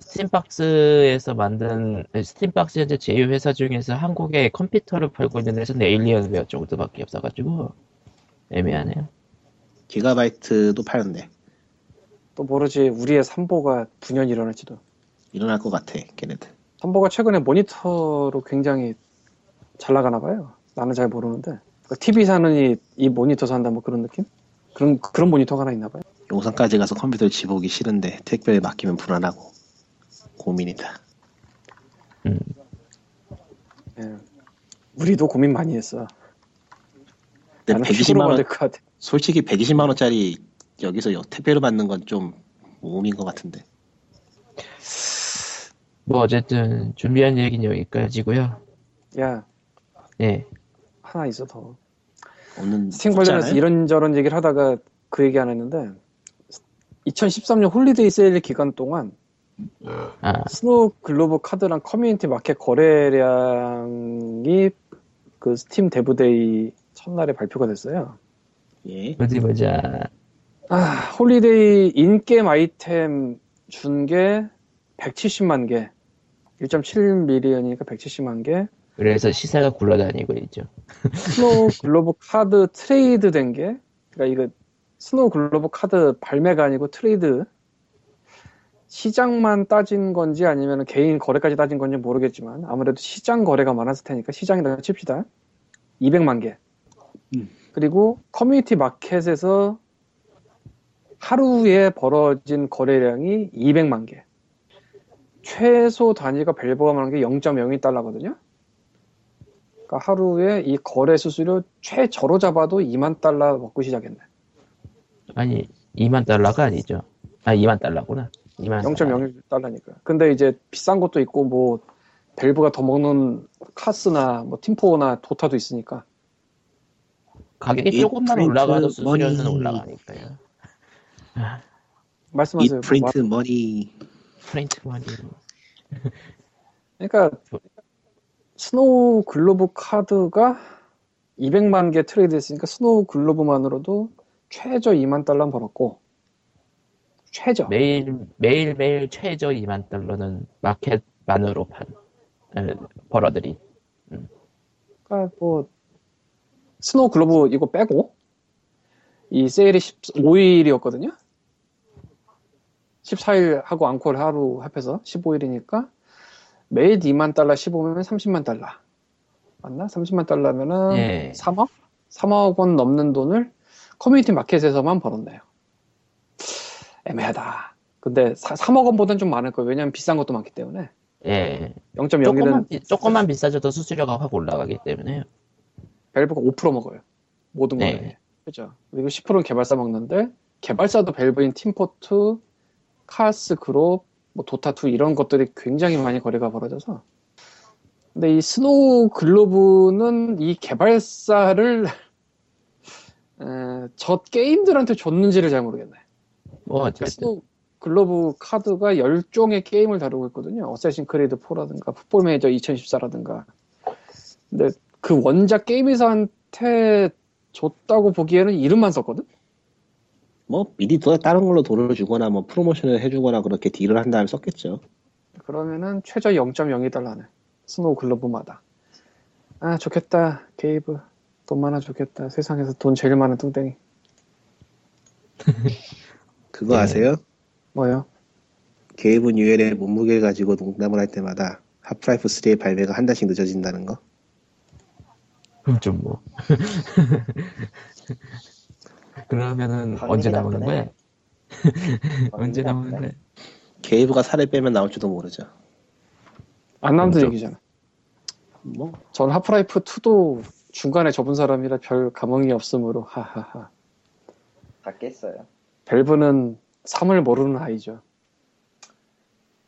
스팀박스에서 만든 스팀박스 현재 제휴 회사 중에서 한국에 컴퓨터를 팔고 있는 데서는 에일리언웨어 정도밖에 없어가지고 애매하네요. 기가바이트도 팔았네. 또 모르지 우리의 삼보가 분연히 일어날지도. 일어날 것 같아, 걔네들. 삼보가 최근에 모니터로 굉장히 잘 나가나 봐요. 나는 잘 모르는데. 그러니까 TV 사는 이, 이 모니터 산다 뭐 그런 느낌? 그런 그런 모니터가 하나 있나 봐요. 용산까지 가서 컴퓨터를 집어오기 싫은데 택배에 맡기면 불안하고 고민이다. 예. 우리도 고민 많이 했어. 근데 나는 120만 퀵으로 네, 원 받을 것 같아. 솔직히 120만 원짜리 여기서 여- 택배로 받는 건 좀 모험인 것 같은데. 뭐 어쨌든 준비한 얘기는 여기까지고요. 야 예, 하나 있어 더. 없는 스팀 없지 관련해서 않아요? 이런저런 얘기를 하다가 그 얘기 안 했는데 2013년 홀리데이 세일 기간 동안 아, 스노우 글로브 카드랑 커뮤니티 마켓 거래량이 그 스팀 데브데이 첫날에 발표가 됐어요. 예. 어디 보자. 아, 홀리데이 인게임 아이템 준 게 170만 개. 1.7밀리언이니까 170만 개. 그래서 시세가 굴러다니고 있죠. 스노우 글로브 카드 트레이드 된 게, 그러니까 이거 스노우 글로브 카드 발매가 아니고 트레이드 시장만 따진 건지 아니면 개인 거래까지 따진 건지 모르겠지만 아무래도 시장 거래가 많았을 테니까 시장이라고 칩시다. 200만 개. 음. 그리고 커뮤니티 마켓에서 하루에 벌어진 거래량이 200만 개. 최소 단위가 벨보가 말한 게 0.02달러거든요. 그러니까 하루에 이 거래 수수료 최저로 잡아도 2만 달러 먹고 시작했네. 아니 2만 달러가 아니죠. 아 2만 달러구나. 2만 0.01달러니까. 근데 이제 비싼 것도 있고 뭐 벨브가 더 먹는 카스나 뭐 팀포나 도타도 있으니까. 가격이 It 조금만 print 올라가도 money. 수수료는 올라가니까요. 이 말씀하세요. 프린트 뭐, 머니 프린트 머니. 그러니까 스노우 글로브 카드가 200만 개 트레이드 했으니까 스노우 글로브만으로도 최저 2만 달러 벌었고 최저. 매일 매일 매일 최저 2만 달러는 마켓만으로 판 에, 벌어들인. 그러니까 뭐 스노우 글로브 이거 빼고 이 세일이 15일이었거든요. 14일 하고 앙콜 하루 합해서 15일이니까 매일 2만 달러 15면 30만 달러 맞나? 30만 달러면은 예. 3억? 3억 원 넘는 돈을 커뮤니티 마켓에서만 벌었네요. 애매하다. 근데 3억 원보단 좀 많을 거예요. 왜냐면 비싼 것도 많기 때문에. 예. 0.01은 조금만, 비, 조금만 비싸져도 수수료가 확 올라가기 때문에. 밸브가 5% 먹어요. 모든 네. 거에. 그죠. 그리고 10%는 개발사 먹는데, 개발사도 밸브인 팀포트, 카스 그룹, 뭐 도타2 이런 것들이 굉장히 많이 거래가 벌어져서. 근데 이 스노우 글로브는 이 개발사를, 에, 저 게임들한테 줬는지를 잘 모르겠네. 뭐, 그러니까 어쨌든. 스노우 글로브 카드가 10종의 게임을 다루고 있거든요. 어쌔신 크리드 4라든가 풋볼 매니저 2014라든가. 근데 그 원작 게임 회사한테 줬다고 보기에는 이름만 썼거든? 뭐 미리 더 다른 걸로 돈을 주거나 뭐 프로모션을 해주거나 그렇게 딜을 한 다음에 썼겠죠. 그러면은 최저 0.02달러네. 스노우 글로브마다. 아, 좋겠다. 게이브. 돈 많아 좋겠다. 세상에서 돈 제일 많은 뚱땡이. 그거 네. 아세요? 뭐요? 게이븐 유엘의 몸무게를 가지고 농담을 할 때마다 하프라이프 3의 발매가 한 달씩 늦어진다는 거. 그럼 좀 뭐. 그러면은 반응이 언제 나오는 나쁘네. 거야? 언제 나오는 거야? 게이브가 살을 빼면 나올지도 모르죠. 안 남도 그렇죠. 얘기잖아. 뭐 전 하프라이프 2도 중간에 접은 사람이라 별 감흥이 없으므로 하하하. 다 깼어요. 밸브는 3을 모르는 아이죠.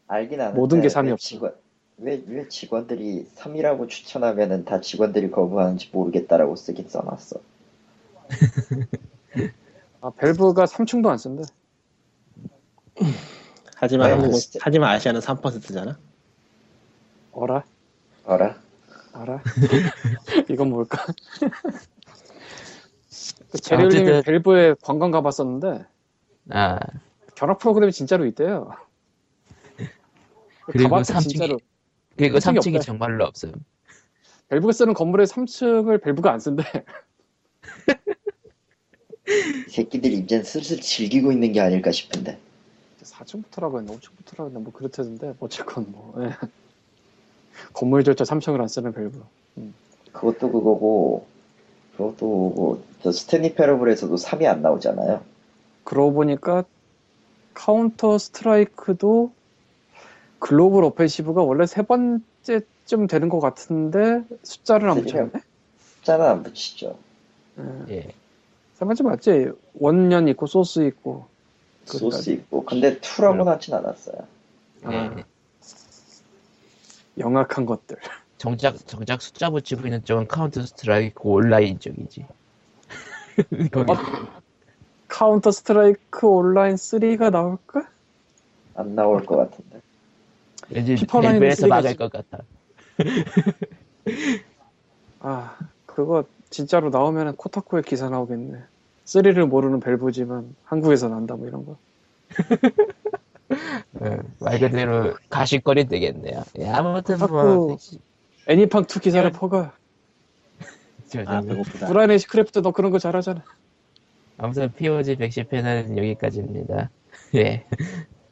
알긴 하는데 모든 게 삼이 왜 없어. 직원, 왜, 왜 직원들이 3이라고 추천하면은 다 직원들이 거부하는지 모르겠다라고 쓰긴 써놨어. 아, 밸브가 3층도 안 쓴대. 하지만 네, 한국은 진짜. 하지만 아시아는 3%잖아. 어라? 어라? 알아? 이건 뭘까? 그 제리얼님이 어쨌든- 밸브에 관광 가봤었는데 아, 견학 프로그램이 진짜로 있대요. 그리고 가봤자 3층이- 진짜로 그리고 삼층이 3층이 없다. 정말로 없어요. 밸브가 쓰는 건물의 3층을 밸브가 안 쓴대. 이 새끼들 이젠 슬슬 즐기고 있는 게 아닐까 싶은데. 4층부터라고 했나 5층부터라고 했나 뭐 그렇다던데 어쨌건 뭐 예. 건물조차 3층을 안 쓰는 밸브. 그것도 그거고 그것도 그거고 저 스탠리 페러블에서도 3이 안 나오잖아요. 그러고 보니까 카운터 스트라이크도 글로벌 어페시브가 원래 세 번째쯤 되는 것 같은데 숫자를 안 붙였네? 숫자는 안 붙이죠. 예, 예. 세 번째 맞지? 원년 있고 소스 있고 그러니까- 소스 있고 근데 네. 2라고 나진 않았어요. 예. 아, 영악한 것들 정작 정작 숫자 붙이고 있는 쪽은 카운터 스트라이크 온라인 쪽이지. 거기 카운터 스트라이크 온라인 3가 나올까? 안 나올 것 같은데. 왠지 피파 온라인은 밸브에서 어, 쓰레기지. 막을 것 같아. 아 그거 진짜로 나오면 코타쿠에 기사 나오겠네 3를 모르는 벨브지만 한국에서 난다 뭐 이런 거 예, 말 그대로 가십거리 되겠네요. 예, 아무튼 자꾸 뭐 애니팡 2 기사를 퍼가 저, 저, 네. 아 배고프다. 브라이언 시크래프트 너 그런 거 잘하잖아 아무튼 POG 110회는 여기까지입니다. 예.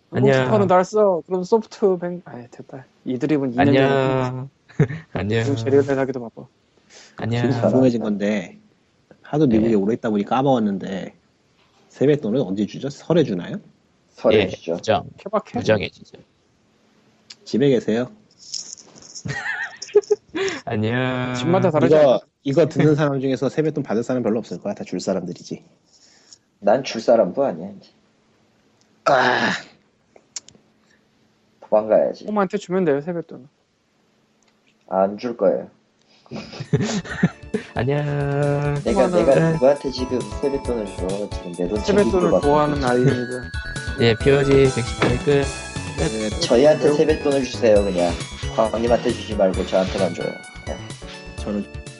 뭐 안녕. 롱스파는 날써 그럼 소프트 뱅 아예 됐다 이 드립은 2년 전에 안녕. 안녕. 지금 재료를 하기도 바빠 안녕. 지금 궁금해진 건데 하도 미국에 네. 오래 있다 보니 까먹었는데 세뱃돈을 언제 주죠? 설에 주나요? 예. 설해주죠. 부정. 케바케? 부정해주죠. 집에 계세요? 안녕. 집마다 다르지 않아 이거 이거 듣는 사람 중에서 세뱃돈 받을 사람 별로 없을 거야. 다 줄 사람들이지. 난 줄 사람도 아니야 이제. 아. 도망가야지. 엄마한테 주면 돼요 세뱃돈 안 줄 거예요. 안녕. 내가 그거는- 내가 누구한테 지금 세뱃돈을 줘 지금 내돈 네. 세뱃돈을 좋아하는 아이입니다 예, POG 110회 끝. 네, 저희한테 세뱃돈을 주세요 그냥 광님한테 주지 말고 저한테만 줘요. 저는